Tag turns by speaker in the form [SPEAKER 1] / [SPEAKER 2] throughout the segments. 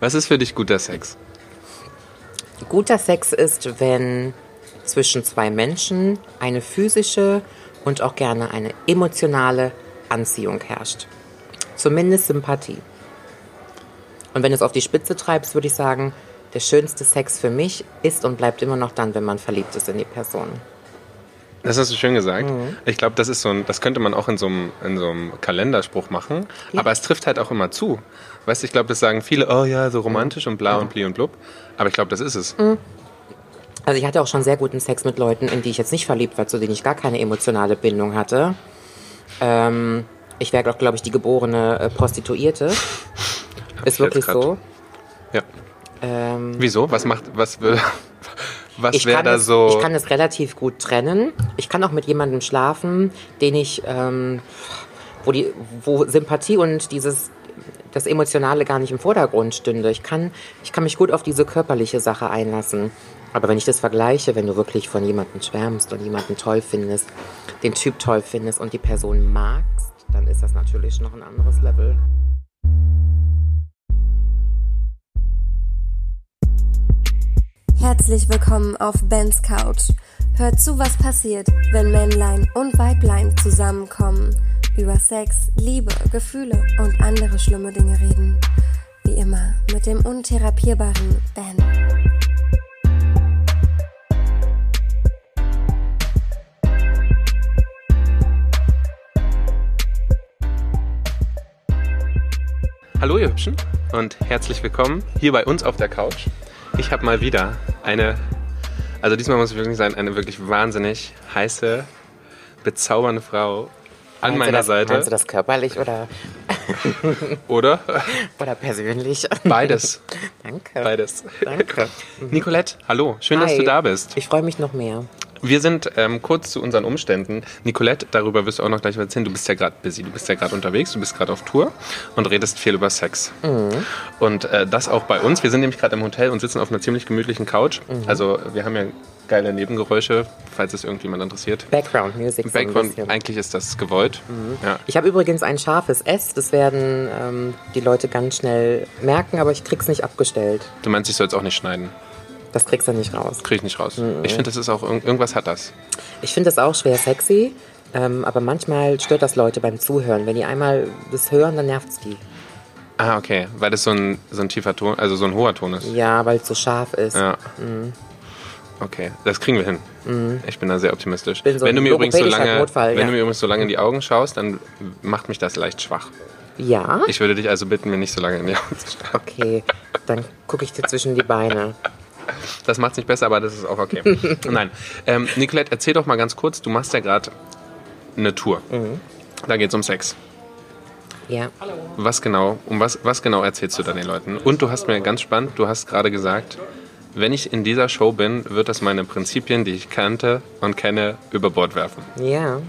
[SPEAKER 1] Was ist für dich guter Sex?
[SPEAKER 2] Guter Sex ist, wenn zwischen zwei Menschen eine physische und auch gerne eine emotionale Anziehung herrscht. Zumindest Sympathie. Und wenn du es auf die Spitze treibst, würde ich sagen, der schönste Sex für mich ist und bleibt immer noch dann, wenn man verliebt ist in die Person.
[SPEAKER 1] Das hast du schön gesagt.
[SPEAKER 2] Mhm.
[SPEAKER 1] Ich glaube, das ist so ein, das könnte man auch in so einem, in so einem Kalenderspruch machen. Aber es trifft halt auch immer zu. Weißt du, ich glaube, das sagen viele, oh ja, so romantisch und bla
[SPEAKER 2] Mhm.
[SPEAKER 1] und pli und blub. Aber ich glaube, das ist es.
[SPEAKER 2] Also ich hatte auch schon sehr guten Sex mit Leuten, in die ich jetzt nicht verliebt war, zu denen ich gar keine emotionale Bindung hatte. Ähm, ich wäre doch, glaube ich, die geborene äh, Prostituierte. Ist
[SPEAKER 1] ich jetzt
[SPEAKER 2] wirklich
[SPEAKER 1] grad-
[SPEAKER 2] so.
[SPEAKER 1] Ja.
[SPEAKER 2] Ähm,
[SPEAKER 1] Wieso? Was macht, was, wür- was
[SPEAKER 2] ich,
[SPEAKER 1] wäre
[SPEAKER 2] kann
[SPEAKER 1] da
[SPEAKER 2] es,
[SPEAKER 1] so?
[SPEAKER 2] ich kann es relativ gut trennen. Ich kann auch mit jemandem schlafen, den ich, ähm, wo, die, wo Sympathie und dieses das Emotionale gar nicht im Vordergrund stünde. Ich kann, ich kann mich gut auf diese körperliche Sache einlassen. Aber wenn ich das vergleiche, wenn du wirklich von jemandem schwärmst und jemanden toll findest, den Typ toll findest und die Person magst, dann ist das natürlich noch ein anderes Level.
[SPEAKER 3] Herzlich willkommen auf Bens Couch. Hört zu, was passiert, wenn Männlein und Weiblein zusammenkommen, über Sex, Liebe, Gefühle und andere schlimme Dinge reden. Wie immer mit dem untherapierbaren Ben.
[SPEAKER 1] Hallo ihr Hübschen und herzlich willkommen hier bei uns auf der Couch. Ich habe mal wieder eine, also diesmal muss ich wirklich sagen, eine wirklich wahnsinnig heiße, bezaubernde Frau an
[SPEAKER 2] Meinst du
[SPEAKER 1] meiner
[SPEAKER 2] das, Meinst du
[SPEAKER 1] Seite.
[SPEAKER 2] das körperlich oder,
[SPEAKER 1] Oder?
[SPEAKER 2] oder persönlich?
[SPEAKER 1] Beides.
[SPEAKER 2] Danke.
[SPEAKER 1] Beides.
[SPEAKER 2] Danke.
[SPEAKER 1] Nicolette, hallo. Schön, dass
[SPEAKER 2] Hi.
[SPEAKER 1] du da bist.
[SPEAKER 2] Ich freue mich noch mehr.
[SPEAKER 1] Wir sind ähm, kurz zu unseren Umständen. Nicolette, darüber wirst du auch noch gleich was erzählen. Du bist ja gerade busy, du bist ja gerade unterwegs, du bist gerade auf Tour und redest viel über Sex.
[SPEAKER 2] Mhm.
[SPEAKER 1] Und äh, das auch bei uns. Wir sind nämlich gerade im Hotel und sitzen auf einer ziemlich gemütlichen Couch.
[SPEAKER 2] Mhm.
[SPEAKER 1] Also wir haben ja geile Nebengeräusche, falls es irgendjemand interessiert.
[SPEAKER 2] Background Music. so ein
[SPEAKER 1] Background,
[SPEAKER 2] bisschen. Mhm.
[SPEAKER 1] eigentlich ist das gewollt. Ja.
[SPEAKER 2] Ich habe übrigens ein scharfes S, das werden ähm, die Leute ganz schnell merken, aber ich krieg's nicht abgestellt.
[SPEAKER 1] Du meinst, ich soll es auch nicht schneiden.
[SPEAKER 2] Das kriegst du nicht raus.
[SPEAKER 1] Krieg ich nicht raus.
[SPEAKER 2] Mhm.
[SPEAKER 1] Ich finde, das ist auch, irg- irgendwas hat das.
[SPEAKER 2] Ich finde das auch schwer sexy, ähm, aber manchmal stört das Leute beim Zuhören. Wenn die einmal das hören, dann nervt's die.
[SPEAKER 1] Ah, okay. Weil das so ein, so ein tiefer Ton, also so ein hoher Ton ist.
[SPEAKER 2] Ja, Mhm. weil es so scharf ist.
[SPEAKER 1] Ja. Okay, das kriegen wir hin. Ich bin da sehr optimistisch.
[SPEAKER 2] Mhm. Bin so
[SPEAKER 1] wenn du
[SPEAKER 2] ein
[SPEAKER 1] mir übrigens so
[SPEAKER 2] logopädischer
[SPEAKER 1] lange,
[SPEAKER 2] Notfall,
[SPEAKER 1] wenn
[SPEAKER 2] ja.
[SPEAKER 1] du mir übrigens so lange in die Augen schaust, dann macht mich das leicht schwach.
[SPEAKER 2] Ja?
[SPEAKER 1] Ich würde dich also bitten, mir nicht so lange in die Augen zu schauen.
[SPEAKER 2] Okay, dann gucke ich dir zwischen die Beine.
[SPEAKER 1] Das macht es nicht besser, aber das ist auch okay. Nein, ähm, Nicolette, erzähl doch mal ganz kurz. Du machst ja gerade eine Tour.
[SPEAKER 2] Mhm.
[SPEAKER 1] Da geht's um Sex.
[SPEAKER 2] Ja.
[SPEAKER 1] Was genau? Um was? Was genau erzählst du da den Leuten? Und du hast mir ganz spannend. Du hast gerade gesagt, wenn ich in dieser Show bin, wird das meine Prinzipien, die ich kannte und kenne, über Bord werfen.
[SPEAKER 2] Ja.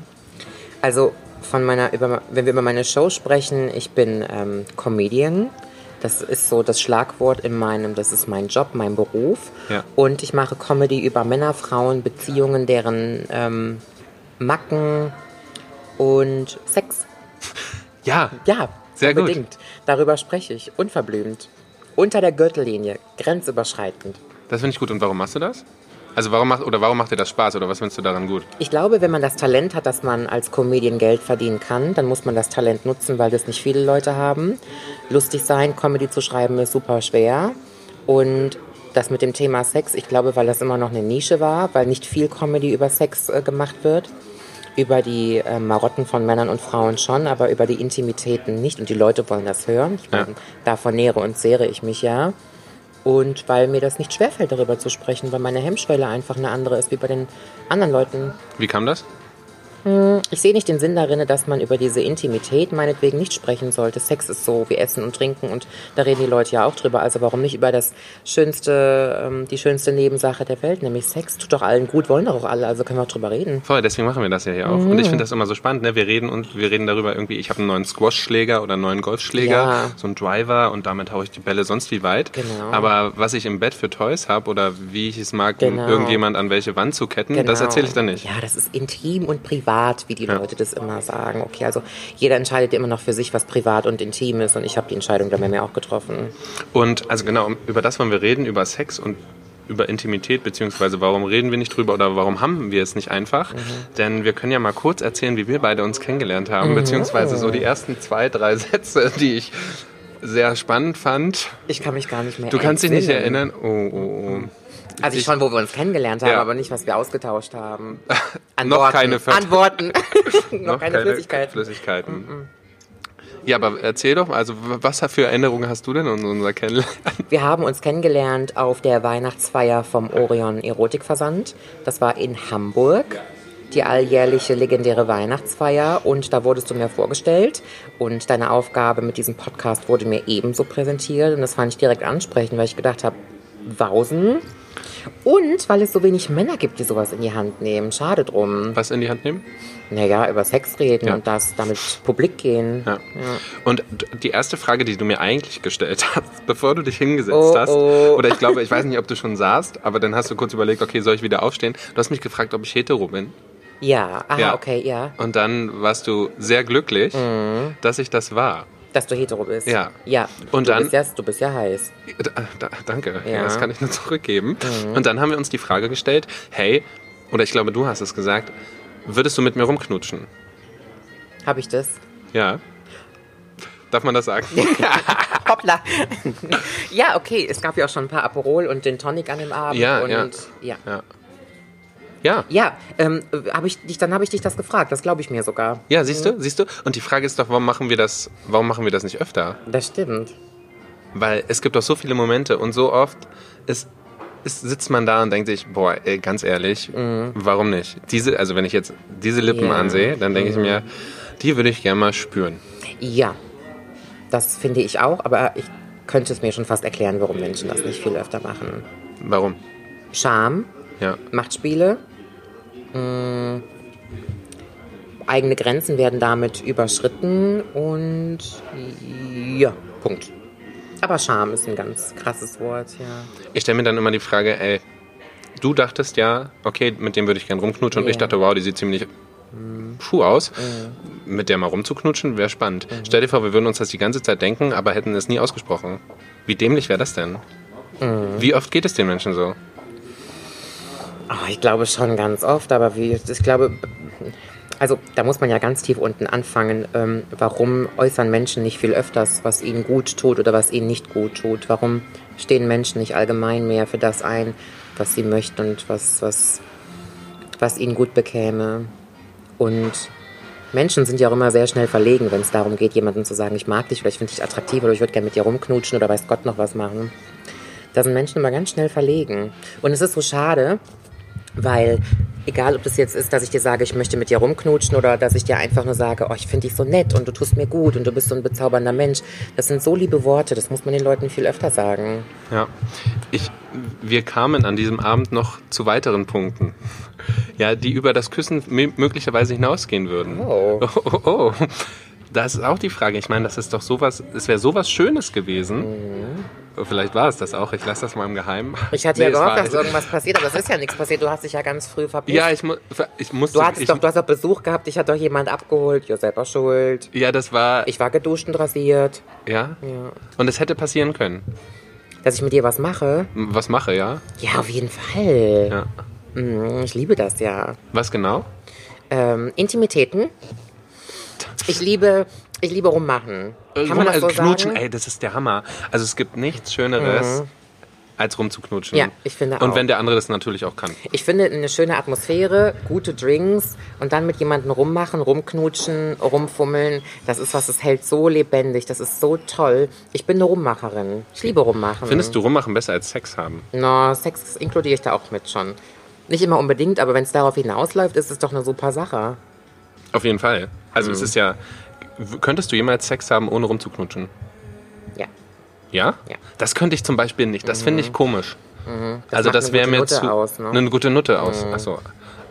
[SPEAKER 2] Also von meiner, über, wenn wir über meine Show sprechen, ich bin ähm, Comedian. Das ist so das Schlagwort in meinem, das ist mein Job, mein Beruf.
[SPEAKER 1] Ja.
[SPEAKER 2] Und ich mache Comedy über Männer, Frauen, Beziehungen, deren ähm, Macken und Sex.
[SPEAKER 1] Ja.
[SPEAKER 2] Ja,
[SPEAKER 1] Sehr gut.
[SPEAKER 2] unbedingt. Darüber spreche ich, unverblümt. Unter der Gürtellinie, grenzüberschreitend.
[SPEAKER 1] Das finde ich gut. Und warum machst du das? Also warum macht oder warum macht dir das Spaß oder was findest du daran gut?
[SPEAKER 2] Ich glaube, wenn man das Talent hat, dass man als Comedian Geld verdienen kann, dann muss man das Talent nutzen, weil das nicht viele Leute haben. Lustig sein, Comedy zu schreiben, ist super schwer. Und das mit dem Thema Sex, ich glaube, weil das immer noch eine Nische war, weil nicht viel Comedy über Sex äh, gemacht wird. Über die äh, Marotten von Männern und Frauen schon, aber über die Intimitäten nicht. Und die Leute wollen das hören. Ich meine,
[SPEAKER 1] Ja.
[SPEAKER 2] davon nähere und sehre ich mich ja. Und weil mir das nicht schwerfällt, darüber zu sprechen, weil meine Hemmschwelle einfach eine andere ist wie bei den anderen Leuten.
[SPEAKER 1] Wie kam das?
[SPEAKER 2] Ich sehe nicht den Sinn darin, dass man über diese Intimität meinetwegen nicht sprechen sollte. Sex ist so wie Essen und Trinken und da reden die Leute ja auch drüber. Also warum nicht über das schönste, ähm, die schönste Nebensache der Welt, nämlich Sex? Tut doch allen gut, wollen doch auch alle, also können wir auch drüber reden.
[SPEAKER 1] Voll, deswegen machen wir das ja hier auch. Und ich
[SPEAKER 2] Mhm.
[SPEAKER 1] finde das immer so spannend, ne? Wir reden und wir reden darüber irgendwie, ich habe einen neuen Squash-Schläger oder einen neuen Golfschläger,
[SPEAKER 2] Ja.
[SPEAKER 1] so einen Driver und damit haue ich die Bälle sonst wie weit.
[SPEAKER 2] Genau.
[SPEAKER 1] Aber was ich im Bett für Toys habe oder wie ich es mag, um
[SPEAKER 2] Genau.
[SPEAKER 1] irgendjemand an welche Wand zu ketten, das
[SPEAKER 2] Genau.
[SPEAKER 1] erzähle ich dann nicht.
[SPEAKER 2] Ja, das ist intim und privat privat, wie die Leute das immer sagen. Okay, also jeder entscheidet immer noch für sich, was privat und intim ist. Und ich habe die Entscheidung dann bei mir auch getroffen.
[SPEAKER 1] Und also genau, über das wollen wir reden, über Sex und über Intimität, beziehungsweise warum reden wir nicht drüber oder warum haben wir es nicht
[SPEAKER 2] Mhm.
[SPEAKER 1] einfach? Denn wir können ja mal kurz erzählen, wie wir beide uns kennengelernt
[SPEAKER 2] Mhm.
[SPEAKER 1] haben, beziehungsweise so die ersten zwei, drei Sätze, die ich sehr spannend fand.
[SPEAKER 2] Ich kann mich gar nicht mehr
[SPEAKER 1] Du kannst dich nicht
[SPEAKER 2] entsinnen.
[SPEAKER 1] erinnern? Oh, oh, oh.
[SPEAKER 2] Also ich schon, wo wir uns kennengelernt haben,
[SPEAKER 1] Ja.
[SPEAKER 2] aber nicht, was wir ausgetauscht haben. An
[SPEAKER 1] Noch
[SPEAKER 2] Worten.
[SPEAKER 1] keine Ver-
[SPEAKER 2] An Worten. noch, keine, Flüssigkeit.
[SPEAKER 1] Flüssigkeiten. Mhm. Ja, aber erzähl doch mal, also w- was für Erinnerungen hast du denn an unser Kennenlernen?
[SPEAKER 2] Wir haben uns kennengelernt auf der Weihnachtsfeier vom Orion Erotikversand. Das war in Hamburg. Die alljährliche legendäre Weihnachtsfeier und da wurdest du mir vorgestellt und deine Aufgabe mit diesem Podcast wurde mir ebenso präsentiert und das fand ich direkt ansprechend, weil ich gedacht habe, Wausen und weil es so wenig Männer gibt, die sowas in die Hand nehmen. Schade drum.
[SPEAKER 1] Was in die Hand nehmen?
[SPEAKER 2] Naja, über Sex reden
[SPEAKER 1] Ja.
[SPEAKER 2] und das damit publik gehen.
[SPEAKER 1] Ja. Und d- die erste Frage, die du mir eigentlich gestellt hast, bevor du dich hingesetzt
[SPEAKER 2] Oh,
[SPEAKER 1] hast,
[SPEAKER 2] oh.
[SPEAKER 1] oder ich glaube, ich weiß nicht, ob du schon saßt, aber dann hast du kurz überlegt, okay, soll ich wieder aufstehen? Du hast mich gefragt, ob ich hetero bin.
[SPEAKER 2] Ja, aha,
[SPEAKER 1] Ja.
[SPEAKER 2] okay, ja.
[SPEAKER 1] Und dann warst du sehr glücklich, dass ich das war.
[SPEAKER 2] Dass du hetero bist.
[SPEAKER 1] Ja.
[SPEAKER 2] Ja.
[SPEAKER 1] Und
[SPEAKER 2] du
[SPEAKER 1] dann-
[SPEAKER 2] Bist ja, du bist ja heiß.
[SPEAKER 1] Da, da, danke, ja.
[SPEAKER 2] Ja. Mhm.
[SPEAKER 1] das kann ich nur zurückgeben. Und dann haben wir uns die Frage gestellt, hey, oder ich glaube, du hast es gesagt, würdest du mit mir rumknutschen?
[SPEAKER 2] Habe ich das?
[SPEAKER 1] Ja. Darf man das sagen?
[SPEAKER 2] Hoppla. ja, okay. Es gab ja auch schon ein paar Aperol und den Tonic an dem Abend.
[SPEAKER 1] Ja,
[SPEAKER 2] und,
[SPEAKER 1] ja.
[SPEAKER 2] Ja.
[SPEAKER 1] Ja. Ja.
[SPEAKER 2] Ja, ähm, hab ich dich, dann habe ich dich das gefragt. Das glaube ich mir sogar.
[SPEAKER 1] Ja, siehst du, siehst du? Und die Frage ist doch, warum machen wir das, warum machen wir das nicht öfter?
[SPEAKER 2] Das stimmt.
[SPEAKER 1] Weil es gibt doch so viele Momente und so oft ist, ist, sitzt man da und denkt sich, boah, ey, ganz ehrlich, warum nicht? Diese, also wenn ich jetzt diese Lippen
[SPEAKER 2] Mhm. Ja. Mhm.
[SPEAKER 1] ansehe, dann denke ich mir, die würde ich gerne mal spüren.
[SPEAKER 2] Ja. Das finde ich auch, aber ich könnte es mir schon fast erklären, warum Menschen das nicht viel öfter machen.
[SPEAKER 1] Warum?
[SPEAKER 2] Scham,
[SPEAKER 1] Ja.
[SPEAKER 2] Machtspiele. Mh, Mm. eigene Grenzen werden damit überschritten und ja, Punkt. Aber Scham ist ein ganz krasses Wort, ja.
[SPEAKER 1] Ich stelle mir dann immer die Frage, ey, du dachtest ja, okay, mit dem würde ich gerne rumknutschen. Und
[SPEAKER 2] Ja.
[SPEAKER 1] ich dachte, wow, die sieht ziemlich puh aus. Mit der mal rumzuknutschen, wäre spannend. Stell dir vor, wir würden uns das die ganze Zeit denken, aber hätten es nie ausgesprochen. Wie dämlich wäre das denn? Wie oft geht es den Menschen so?
[SPEAKER 2] Ah, ich glaube schon ganz oft, aber wie, ich glaube, also da muss man ja ganz tief unten anfangen. Ähm, warum äußern Menschen nicht viel öfters, was ihnen gut tut oder was ihnen nicht gut tut? Warum stehen Menschen nicht allgemein mehr für das ein, was sie möchten und was, was, was ihnen gut bekäme? Und Menschen sind ja auch immer sehr schnell verlegen, wenn es darum geht, jemandem zu sagen, ich mag dich oder ich finde dich attraktiv oder ich würde gerne mit dir rumknutschen oder weiß Gott noch was machen. Da sind Menschen immer ganz schnell verlegen. Und es ist so schade, weil egal, ob das jetzt ist, dass ich dir sage, ich möchte mit dir rumknutschen oder dass ich dir einfach nur sage, oh, ich finde dich so nett und du tust mir gut und du bist so ein bezaubernder Mensch. Das sind so liebe Worte, das muss man den Leuten viel öfter sagen.
[SPEAKER 1] Ja. Ich, wir kamen an diesem Abend noch zu weiteren Punkten. Ja, die über das Küssen m- möglicherweise hinausgehen würden.
[SPEAKER 2] Oh.
[SPEAKER 1] Oh, oh, oh. Das ist auch die Frage. Ich meine, das ist doch sowas, es wäre sowas Schönes gewesen. Vielleicht war es das auch. Ich lasse das mal im Geheimen.
[SPEAKER 2] Mhm. Ich hatte
[SPEAKER 1] Nee,
[SPEAKER 2] ja
[SPEAKER 1] es war
[SPEAKER 2] gehofft, dass
[SPEAKER 1] es.
[SPEAKER 2] irgendwas passiert, aber es ist ja nichts passiert. Du hast dich ja ganz früh verpisst.
[SPEAKER 1] Ja, ich, mu ich musste.
[SPEAKER 2] du, hattest
[SPEAKER 1] ich,
[SPEAKER 2] doch, du hast doch Besuch gehabt, dich hat doch jemand abgeholt. Ihr selber schuld.
[SPEAKER 1] ja, das war.
[SPEAKER 2] Ich war geduscht und rasiert.
[SPEAKER 1] ja? Und es hätte passieren können.
[SPEAKER 2] Dass ich mit dir was mache?
[SPEAKER 1] M- Was mache, ja?
[SPEAKER 2] Ja, auf jeden Fall.
[SPEAKER 1] Ja.
[SPEAKER 2] Mm, Ich liebe das ja.
[SPEAKER 1] Was genau?
[SPEAKER 2] Ähm, Intimitäten. Ich liebe, ich liebe rummachen. Kann
[SPEAKER 1] Rum-
[SPEAKER 2] man das
[SPEAKER 1] also
[SPEAKER 2] so
[SPEAKER 1] knutschen,
[SPEAKER 2] sagen? Mhm.
[SPEAKER 1] ey, das ist der Hammer. Also es gibt nichts Schöneres, als rumzuknutschen.
[SPEAKER 2] Ja, ich finde
[SPEAKER 1] Und
[SPEAKER 2] auch.
[SPEAKER 1] wenn der andere das natürlich auch kann.
[SPEAKER 2] Ich finde eine schöne Atmosphäre, gute Drinks und dann mit jemandem rummachen, rumknutschen, rumfummeln. Das ist was, das hält so lebendig, das ist so toll. Ich bin eine Rummacherin. Ich liebe Rummachen.
[SPEAKER 1] Findest du rummachen besser als Sex haben?
[SPEAKER 2] Na, Sex inkludiere ich da auch mit schon. Nicht immer unbedingt, aber wenn es darauf hinausläuft, ist es doch eine super Sache.
[SPEAKER 1] Auf jeden Fall. Also
[SPEAKER 2] Mhm.
[SPEAKER 1] es ist ja... w- Könntest du jemals Sex haben, ohne rumzuknutschen?
[SPEAKER 2] Ja.
[SPEAKER 1] Ja?
[SPEAKER 2] Ja. Mhm.
[SPEAKER 1] Das könnte ich zum Beispiel nicht. Das finde ich komisch. also
[SPEAKER 2] macht
[SPEAKER 1] das
[SPEAKER 2] eine
[SPEAKER 1] wäre
[SPEAKER 2] gute
[SPEAKER 1] mir
[SPEAKER 2] Nutte
[SPEAKER 1] zu...
[SPEAKER 2] aus, ne?
[SPEAKER 1] Eine gute Nutte aus. Ach so.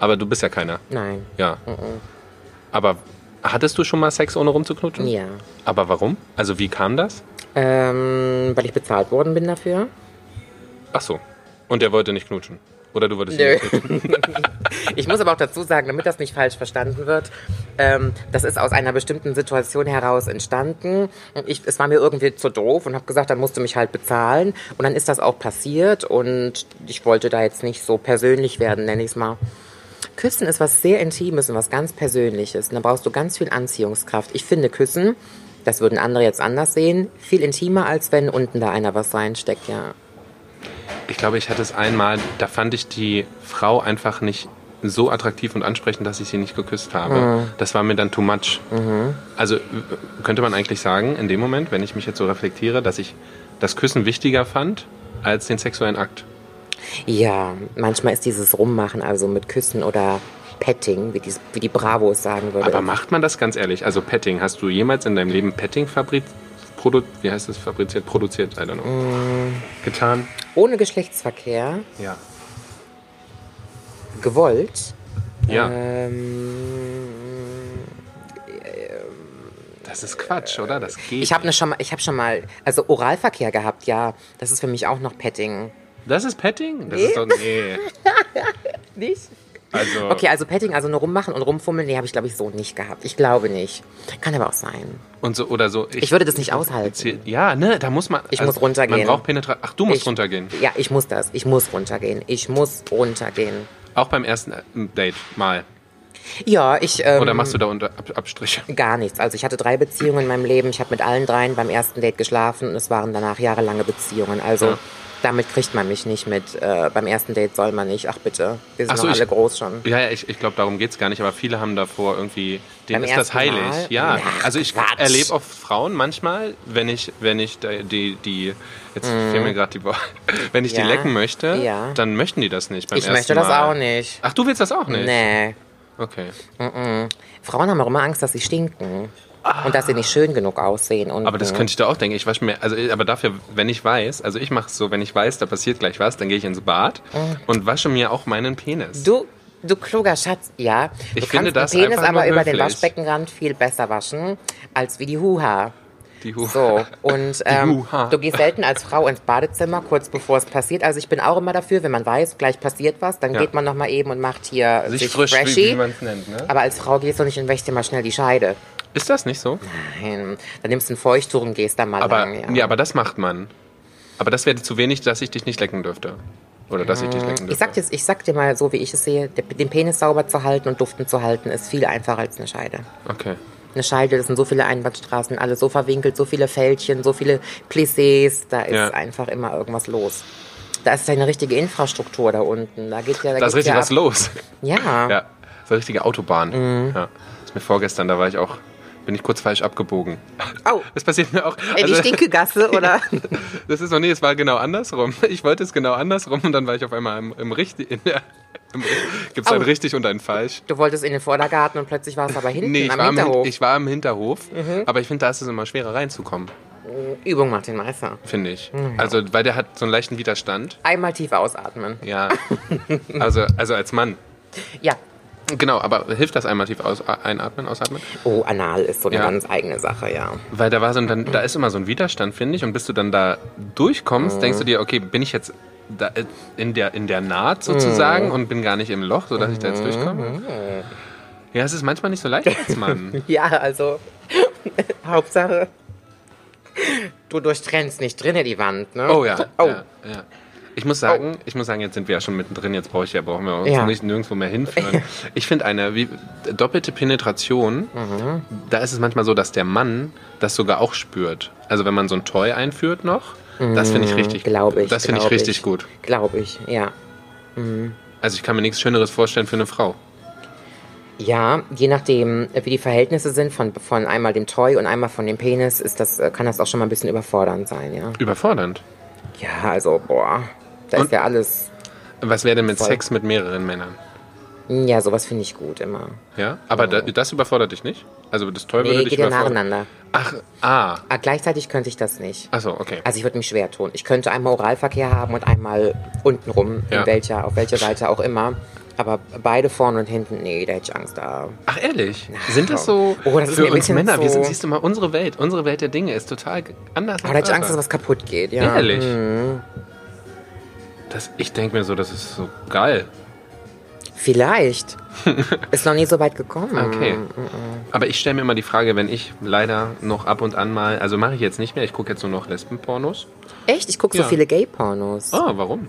[SPEAKER 1] Aber du bist ja keiner.
[SPEAKER 2] Nein.
[SPEAKER 1] Ja.
[SPEAKER 2] Mhm.
[SPEAKER 1] Aber hattest du schon mal Sex, ohne rumzuknutschen?
[SPEAKER 2] Ja.
[SPEAKER 1] Aber warum? Also wie kam das?
[SPEAKER 2] Ähm, weil ich bezahlt worden bin dafür.
[SPEAKER 1] Ach so. Und er wollte nicht knutschen. Oder du wolltest
[SPEAKER 2] Nö.
[SPEAKER 1] ihn nicht töten.
[SPEAKER 2] Ich muss aber auch dazu sagen, damit das nicht falsch verstanden wird, ähm, das ist aus einer bestimmten Situation heraus entstanden. Ich, es war mir irgendwie zu doof und habe gesagt, dann musst du mich halt bezahlen. Und dann ist das auch passiert und ich wollte da jetzt nicht so persönlich werden, nenn ich's mal. Küssen ist was sehr Intimes und was ganz Persönliches. Und da brauchst du ganz viel Anziehungskraft. Ich finde Küssen, das würden andere jetzt anders sehen, viel intimer, als wenn unten da einer was reinsteckt, ja.
[SPEAKER 1] Ich glaube, ich hatte es einmal, da fand ich die Frau einfach nicht so attraktiv und ansprechend, dass ich sie nicht geküsst habe.
[SPEAKER 2] Mhm.
[SPEAKER 1] Das war mir dann too much. Also äh, könnte man eigentlich sagen, in dem Moment, wenn ich mich jetzt so reflektiere, dass ich das Küssen wichtiger fand als den sexuellen Akt.
[SPEAKER 2] Ja, manchmal ist dieses Rummachen, also mit Küssen oder Petting, wie die, wie die Bravos sagen würde.
[SPEAKER 1] Aber macht man das ganz ehrlich? Also Petting, hast du jemals in deinem Leben Petting fabriziert? Produ wie heißt das? Fabriziert, produziert, I don't know.
[SPEAKER 2] Mhm.
[SPEAKER 1] Getan?
[SPEAKER 2] Ohne Geschlechtsverkehr,
[SPEAKER 1] Ja.
[SPEAKER 2] gewollt.
[SPEAKER 1] Ja.
[SPEAKER 2] Äh. Ähm,
[SPEAKER 1] das ist Quatsch, oder? Das geht.
[SPEAKER 2] ich habe ne schon mal, ich habe schon mal, also Oralverkehr gehabt, ja. Das ist für mich auch noch Petting.
[SPEAKER 1] das ist Petting? Das ist doch. Nee.
[SPEAKER 2] Nicht?
[SPEAKER 1] Also,
[SPEAKER 2] Okay, also Petting, also nur rummachen und rumfummeln, nee, habe ich glaube ich so nicht gehabt. Ich glaube nicht. Kann aber auch sein.
[SPEAKER 1] Und so, oder so.
[SPEAKER 2] Ich würde das nicht aushalten.
[SPEAKER 1] Ziel- Ja, ne, da muss man.
[SPEAKER 2] Ich muss runtergehen.
[SPEAKER 1] Man braucht Penetration. Ach, du musst
[SPEAKER 2] Ich-
[SPEAKER 1] runtergehen.
[SPEAKER 2] Ja, ich muss das. Ich muss runtergehen. Ich muss runtergehen.
[SPEAKER 1] Auch beim ersten äh, Date mal.
[SPEAKER 2] Ja, ich. Ähm,
[SPEAKER 1] Oder machst du da unter Ab Abstriche?
[SPEAKER 2] Gar nichts. Also ich hatte drei Beziehungen in meinem Leben. Ich habe mit allen dreien beim ersten Date geschlafen und es waren danach jahrelange Beziehungen. Also
[SPEAKER 1] Ja.
[SPEAKER 2] damit kriegt man mich nicht mit. Äh, beim ersten Date soll man nicht. Ach bitte, wir sind
[SPEAKER 1] Ach so,
[SPEAKER 2] doch
[SPEAKER 1] ich-
[SPEAKER 2] alle groß schon.
[SPEAKER 1] Ja, ja, ich, ich glaube, darum geht es gar nicht, aber viele haben davor irgendwie, denen
[SPEAKER 2] Beim
[SPEAKER 1] ist das
[SPEAKER 2] ersten
[SPEAKER 1] heilig.
[SPEAKER 2] Mal?
[SPEAKER 1] Ja,
[SPEAKER 2] Ach,
[SPEAKER 1] also ich
[SPEAKER 2] Quatsch.
[SPEAKER 1] erlebe oft Frauen manchmal, wenn ich, wenn ich da- die, die jetzt fehlen mir gerade die Worte, wenn ich
[SPEAKER 2] Mhm. Ja.
[SPEAKER 1] die lecken möchte,
[SPEAKER 2] Ja.
[SPEAKER 1] dann möchten die das nicht beim
[SPEAKER 2] Ich
[SPEAKER 1] ersten
[SPEAKER 2] möchte
[SPEAKER 1] Mal.
[SPEAKER 2] das auch nicht.
[SPEAKER 1] Ach, du willst das auch nicht?
[SPEAKER 2] Nee.
[SPEAKER 1] Okay.
[SPEAKER 2] Frauen haben auch immer Angst, dass sie stinken. Und dass sie nicht schön genug aussehen. Und,
[SPEAKER 1] Ah. Aber das könnte ich da auch denken. Ich wasche mir, also aber dafür, wenn ich weiß, also ich mache es so, wenn ich weiß, da passiert gleich was, dann gehe ich ins Bad und wasche mir auch meinen Penis.
[SPEAKER 2] Mhm. Du, du kluger Schatz, ja. Du
[SPEAKER 1] Ich finde das
[SPEAKER 2] kannst den Penis
[SPEAKER 1] einfach nur
[SPEAKER 2] aber über den
[SPEAKER 1] höflich.
[SPEAKER 2] Waschbeckenrand viel besser waschen, als wie die Huha.
[SPEAKER 1] Die Hu-
[SPEAKER 2] So, und ähm,
[SPEAKER 1] Huha.
[SPEAKER 2] du gehst selten als Frau ins Badezimmer, kurz bevor es passiert. Also ich bin auch immer dafür, wenn man weiß, gleich passiert was, dann
[SPEAKER 1] Ja.
[SPEAKER 2] geht man nochmal eben und macht hier
[SPEAKER 1] sich,
[SPEAKER 2] sich,
[SPEAKER 1] frisch, wie,
[SPEAKER 2] freshy.
[SPEAKER 1] wie man es nennt. Ne?
[SPEAKER 2] aber als Frau gehst du nicht und wäschst dir mal schnell die Scheide.
[SPEAKER 1] Ist das nicht so?
[SPEAKER 2] Nein, dann nimmst du ein Feuchttuch und gehst da mal
[SPEAKER 1] Aber,
[SPEAKER 2] lang.
[SPEAKER 1] ja. aber das macht man. Aber das wäre zu wenig, dass ich dich nicht lecken dürfte. Oder dass ich dich lecken dürfte.
[SPEAKER 2] Ich sag, dir, ich sag dir mal so, wie ich es sehe, der- den Penis sauber zu halten und duftend zu halten, ist viel einfacher als eine Scheide.
[SPEAKER 1] Okay.
[SPEAKER 2] Eine Scheide, das sind so viele Einbahnstraßen, alle so verwinkelt, so viele Fältchen, so viele Plissés, da ist
[SPEAKER 1] Ja.
[SPEAKER 2] einfach immer irgendwas los. Da ist ja eine richtige Infrastruktur da unten. Da geht ja da
[SPEAKER 1] Da ist
[SPEAKER 2] geht's
[SPEAKER 1] richtig
[SPEAKER 2] ja
[SPEAKER 1] was los.
[SPEAKER 2] Ja. Mhm.
[SPEAKER 1] Ja, so eine richtige Autobahn. Ja. Das ist mir vorgestern, da war ich auch, bin ich kurz falsch abgebogen.
[SPEAKER 2] Au.
[SPEAKER 1] Das passiert mir auch.
[SPEAKER 2] Ey, die
[SPEAKER 1] also-
[SPEAKER 2] Stinkegasse oder
[SPEAKER 1] Das ist noch nie, es war genau andersrum. Ich wollte es genau andersrum und dann war ich auf einmal im, im richtig. In der, im, gibt's ein
[SPEAKER 2] Au.
[SPEAKER 1] richtig und ein falsch?
[SPEAKER 2] du wolltest in den Vordergarten und plötzlich war es aber hinten
[SPEAKER 1] Nee, ich
[SPEAKER 2] am
[SPEAKER 1] war, im, Hin-
[SPEAKER 2] Hinterhof. Mhm.
[SPEAKER 1] ich war im Hinterhof, aber ich finde, da ist es immer schwerer reinzukommen,
[SPEAKER 2] Übung macht den Meister.
[SPEAKER 1] finde ich.
[SPEAKER 2] Mhm.
[SPEAKER 1] Also, weil der hat so einen leichten Widerstand.
[SPEAKER 2] Einmal tief ausatmen.
[SPEAKER 1] Ja. Also, also als Mann.
[SPEAKER 2] Ja.
[SPEAKER 1] Genau, aber hilft das einmal tief aus, einatmen, ausatmen?
[SPEAKER 2] Oh, anal ist so eine
[SPEAKER 1] Ja.
[SPEAKER 2] ganz eigene Sache, ja.
[SPEAKER 1] Weil da war so ein, dann, da ist immer so ein Widerstand, finde ich. Und bis du dann da durchkommst,
[SPEAKER 2] Mhm.
[SPEAKER 1] denkst du dir, okay, bin ich jetzt da äh, in der, in der Naht
[SPEAKER 2] Mhm.
[SPEAKER 1] sozusagen und bin gar nicht im Loch, sodass ich da jetzt durchkomme? Ja, es ist manchmal nicht so leicht als Mann.
[SPEAKER 2] Ja, also Hauptsache du durchtrennst nicht drinnen die Wand, ne?
[SPEAKER 1] Oh ja.
[SPEAKER 2] Oh.
[SPEAKER 1] ja, ja. Ich muss sagen, ich muss sagen, jetzt sind wir ja schon mittendrin, jetzt brauche ich ja, brauchen wir uns
[SPEAKER 2] Ja.
[SPEAKER 1] nicht nirgendwo mehr hinführen. Ich finde eine wie, doppelte Penetration,
[SPEAKER 2] Mhm.
[SPEAKER 1] da ist es manchmal so, dass der Mann das sogar auch spürt. Also wenn man so ein Toy einführt noch, das finde ich richtig
[SPEAKER 2] Glaube ich.
[SPEAKER 1] Das finde ich
[SPEAKER 2] Mhm, glaub
[SPEAKER 1] richtig gut.
[SPEAKER 2] Glaube ich, ja.
[SPEAKER 1] Also ich kann mir nichts Schöneres vorstellen für eine Frau.
[SPEAKER 2] Ja, je nachdem, äh, wie die Verhältnisse sind von, von einmal dem Toy und einmal von dem Penis, ist das, äh, kann das auch schon mal ein bisschen überfordernd sein, ja.
[SPEAKER 1] Überfordernd.
[SPEAKER 2] Ja, also, boah, da
[SPEAKER 1] Und-
[SPEAKER 2] ist ja alles.
[SPEAKER 1] Was wäre denn mit
[SPEAKER 2] Voll.
[SPEAKER 1] Sex mit mehreren Männern?
[SPEAKER 2] hm, Ja, sowas finde ich gut immer.
[SPEAKER 1] Ja? Aber da, das überfordert dich nicht? Also das Toy würde
[SPEAKER 2] Nee,
[SPEAKER 1] dich
[SPEAKER 2] geht ja
[SPEAKER 1] überfordern.
[SPEAKER 2] nacheinander.
[SPEAKER 1] Ach, ah.
[SPEAKER 2] Aber gleichzeitig könnte ich das nicht.
[SPEAKER 1] Achso, okay.
[SPEAKER 2] Also ich würde mich schwer tun. Ich könnte einmal Oralverkehr haben und einmal untenrum,
[SPEAKER 1] Ja.
[SPEAKER 2] in welcher, auf welcher Seite auch immer. Aber beide vorne und hinten, nee, da hätte ich Angst Ah, da.
[SPEAKER 1] Ach ehrlich? Sind das so
[SPEAKER 2] Oh, das ist
[SPEAKER 1] für
[SPEAKER 2] mir ein
[SPEAKER 1] uns
[SPEAKER 2] bisschen
[SPEAKER 1] Männer? Wir
[SPEAKER 2] so-
[SPEAKER 1] sind, siehst du mal, unsere Welt, unsere Welt der Dinge ist total anders.
[SPEAKER 2] Aber da
[SPEAKER 1] als
[SPEAKER 2] hätte ich Angst, dass
[SPEAKER 1] eure.
[SPEAKER 2] Mhm. was kaputt geht, ja.
[SPEAKER 1] Ehrlich?
[SPEAKER 2] Mhm.
[SPEAKER 1] Das, ich denke mir so, das ist so geil.
[SPEAKER 2] Vielleicht. ist noch nie so weit gekommen.
[SPEAKER 1] Okay.
[SPEAKER 2] mhm.
[SPEAKER 1] Aber ich stelle mir immer die Frage, wenn ich leider noch ab und an mal, also mache ich jetzt nicht mehr, ich gucke jetzt nur noch Lesbenpornos.
[SPEAKER 2] Echt? Ich gucke
[SPEAKER 1] Ja.
[SPEAKER 2] so viele Gay-Pornos. Hm,
[SPEAKER 1] Ah, warum?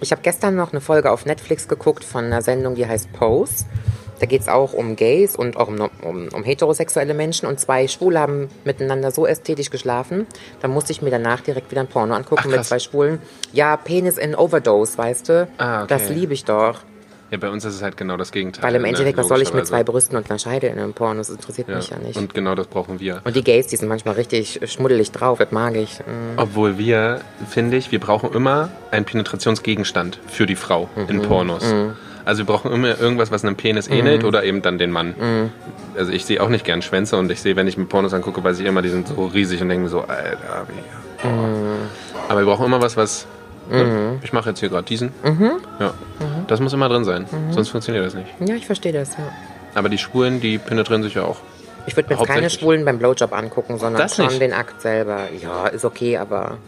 [SPEAKER 2] Ich habe gestern noch eine Folge auf Netflix geguckt von einer Sendung, die heißt Pose. Da geht es auch um Gays und auch um, um, um heterosexuelle Menschen. Und zwei Schwule haben miteinander so ästhetisch geschlafen. Da musste ich mir danach direkt wieder ein Porno angucken
[SPEAKER 1] Ach,
[SPEAKER 2] mit
[SPEAKER 1] krass.
[SPEAKER 2] zwei Schwulen. Ja, Penis in Overdose, weißt du?
[SPEAKER 1] Ah, okay.
[SPEAKER 2] Das liebe ich doch.
[SPEAKER 1] Ja, bei uns ist es halt genau das Gegenteil.
[SPEAKER 2] Weil im
[SPEAKER 1] ne?
[SPEAKER 2] Endeffekt, was soll ich mit
[SPEAKER 1] Logischerweise.
[SPEAKER 2] zwei Brüsten und einer Scheide in einem Porno? Das interessiert mich ja
[SPEAKER 1] ja,
[SPEAKER 2] nicht. Und,
[SPEAKER 1] Und genau das brauchen wir.
[SPEAKER 2] die Gays, die sind manchmal richtig schmuddelig drauf. Das mag ich. Mm.
[SPEAKER 1] Obwohl wir, finde ich, wir brauchen immer einen Penetrationsgegenstand für die Frau
[SPEAKER 2] Mhm.
[SPEAKER 1] in Pornos. Also wir brauchen immer irgendwas, was einem Penis ähnelt oder eben dann den Mann.
[SPEAKER 2] Mhm.
[SPEAKER 1] Also ich sehe auch nicht gern Schwänze und ich sehe, wenn ich mir Pornos angucke, weiß ich immer, die sind so riesig und denke mir so, Alter, wie. oh.
[SPEAKER 2] Mhm.
[SPEAKER 1] Aber wir brauchen immer was, was. äh, Ich mache jetzt hier gerade diesen.
[SPEAKER 2] Mhm.
[SPEAKER 1] Ja. Das muss immer drin sein, sonst funktioniert das nicht.
[SPEAKER 2] Ja, ich verstehe das, ja.
[SPEAKER 1] Aber die Schwulen, die penetrieren sich ja auch.
[SPEAKER 2] Ich würde mir jetzt keine
[SPEAKER 1] Hauptsächlich.
[SPEAKER 2] Schwulen beim Blowjob angucken, sondern
[SPEAKER 1] Das
[SPEAKER 2] schon
[SPEAKER 1] nicht.
[SPEAKER 2] den Akt selber. Ja, ist okay, aber.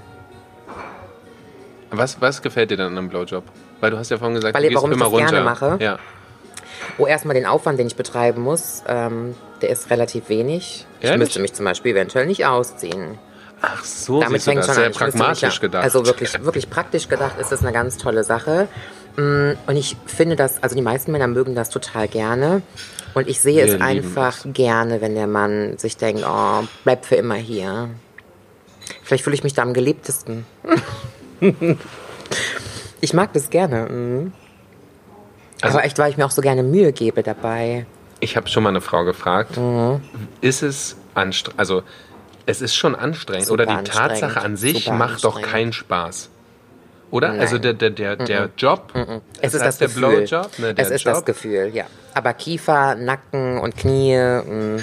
[SPEAKER 1] Was, was gefällt dir denn an einem Blowjob? Weil du hast ja vorhin gesagt,
[SPEAKER 2] Weil-
[SPEAKER 1] du gehst
[SPEAKER 2] warum ich
[SPEAKER 1] immer
[SPEAKER 2] das
[SPEAKER 1] runter.
[SPEAKER 2] gerne mache?
[SPEAKER 1] Ja.
[SPEAKER 2] Wo erstmal den Aufwand, den ich betreiben muss, ähm, der ist relativ wenig. Ich
[SPEAKER 1] Ehrlich?
[SPEAKER 2] müsste mich zum Beispiel eventuell nicht ausziehen.
[SPEAKER 1] Ach so,
[SPEAKER 2] Damit
[SPEAKER 1] siehst du
[SPEAKER 2] fängt
[SPEAKER 1] das.
[SPEAKER 2] schon
[SPEAKER 1] sehr
[SPEAKER 2] an. Ich müsste
[SPEAKER 1] pragmatisch
[SPEAKER 2] mich ja,
[SPEAKER 1] gedacht.
[SPEAKER 2] Also wirklich, wirklich praktisch gedacht ist das eine ganz tolle Sache. Mm, Und ich finde das, also die meisten Männer mögen das total gerne. Und ich sehe
[SPEAKER 1] Wir
[SPEAKER 2] es
[SPEAKER 1] lieben
[SPEAKER 2] einfach gerne, wenn der Mann sich denkt, oh, bleib für immer hier. Vielleicht fühle ich mich da am geliebtesten. ich mag das gerne. mm.
[SPEAKER 1] Also-
[SPEAKER 2] Aber echt, weil ich mir auch so gerne Mühe gebe dabei.
[SPEAKER 1] ich habe schon mal eine Frau gefragt,
[SPEAKER 2] Mhm.
[SPEAKER 1] ist es anstrengend, also es ist schon anstrengend
[SPEAKER 2] Super
[SPEAKER 1] oder die
[SPEAKER 2] anstrengend.
[SPEAKER 1] Tatsache an sich
[SPEAKER 2] Super
[SPEAKER 1] macht doch
[SPEAKER 2] anstrengend. Mhm.
[SPEAKER 1] keinen Spaß. Oder? Also der, der, der, der Job,
[SPEAKER 2] Es ist das
[SPEAKER 1] heißt der
[SPEAKER 2] Gefühl.
[SPEAKER 1] Blowjob, ne, der
[SPEAKER 2] es ist
[SPEAKER 1] Job.
[SPEAKER 2] das Gefühl, ja. Aber Kiefer, Nacken und Knie, mm,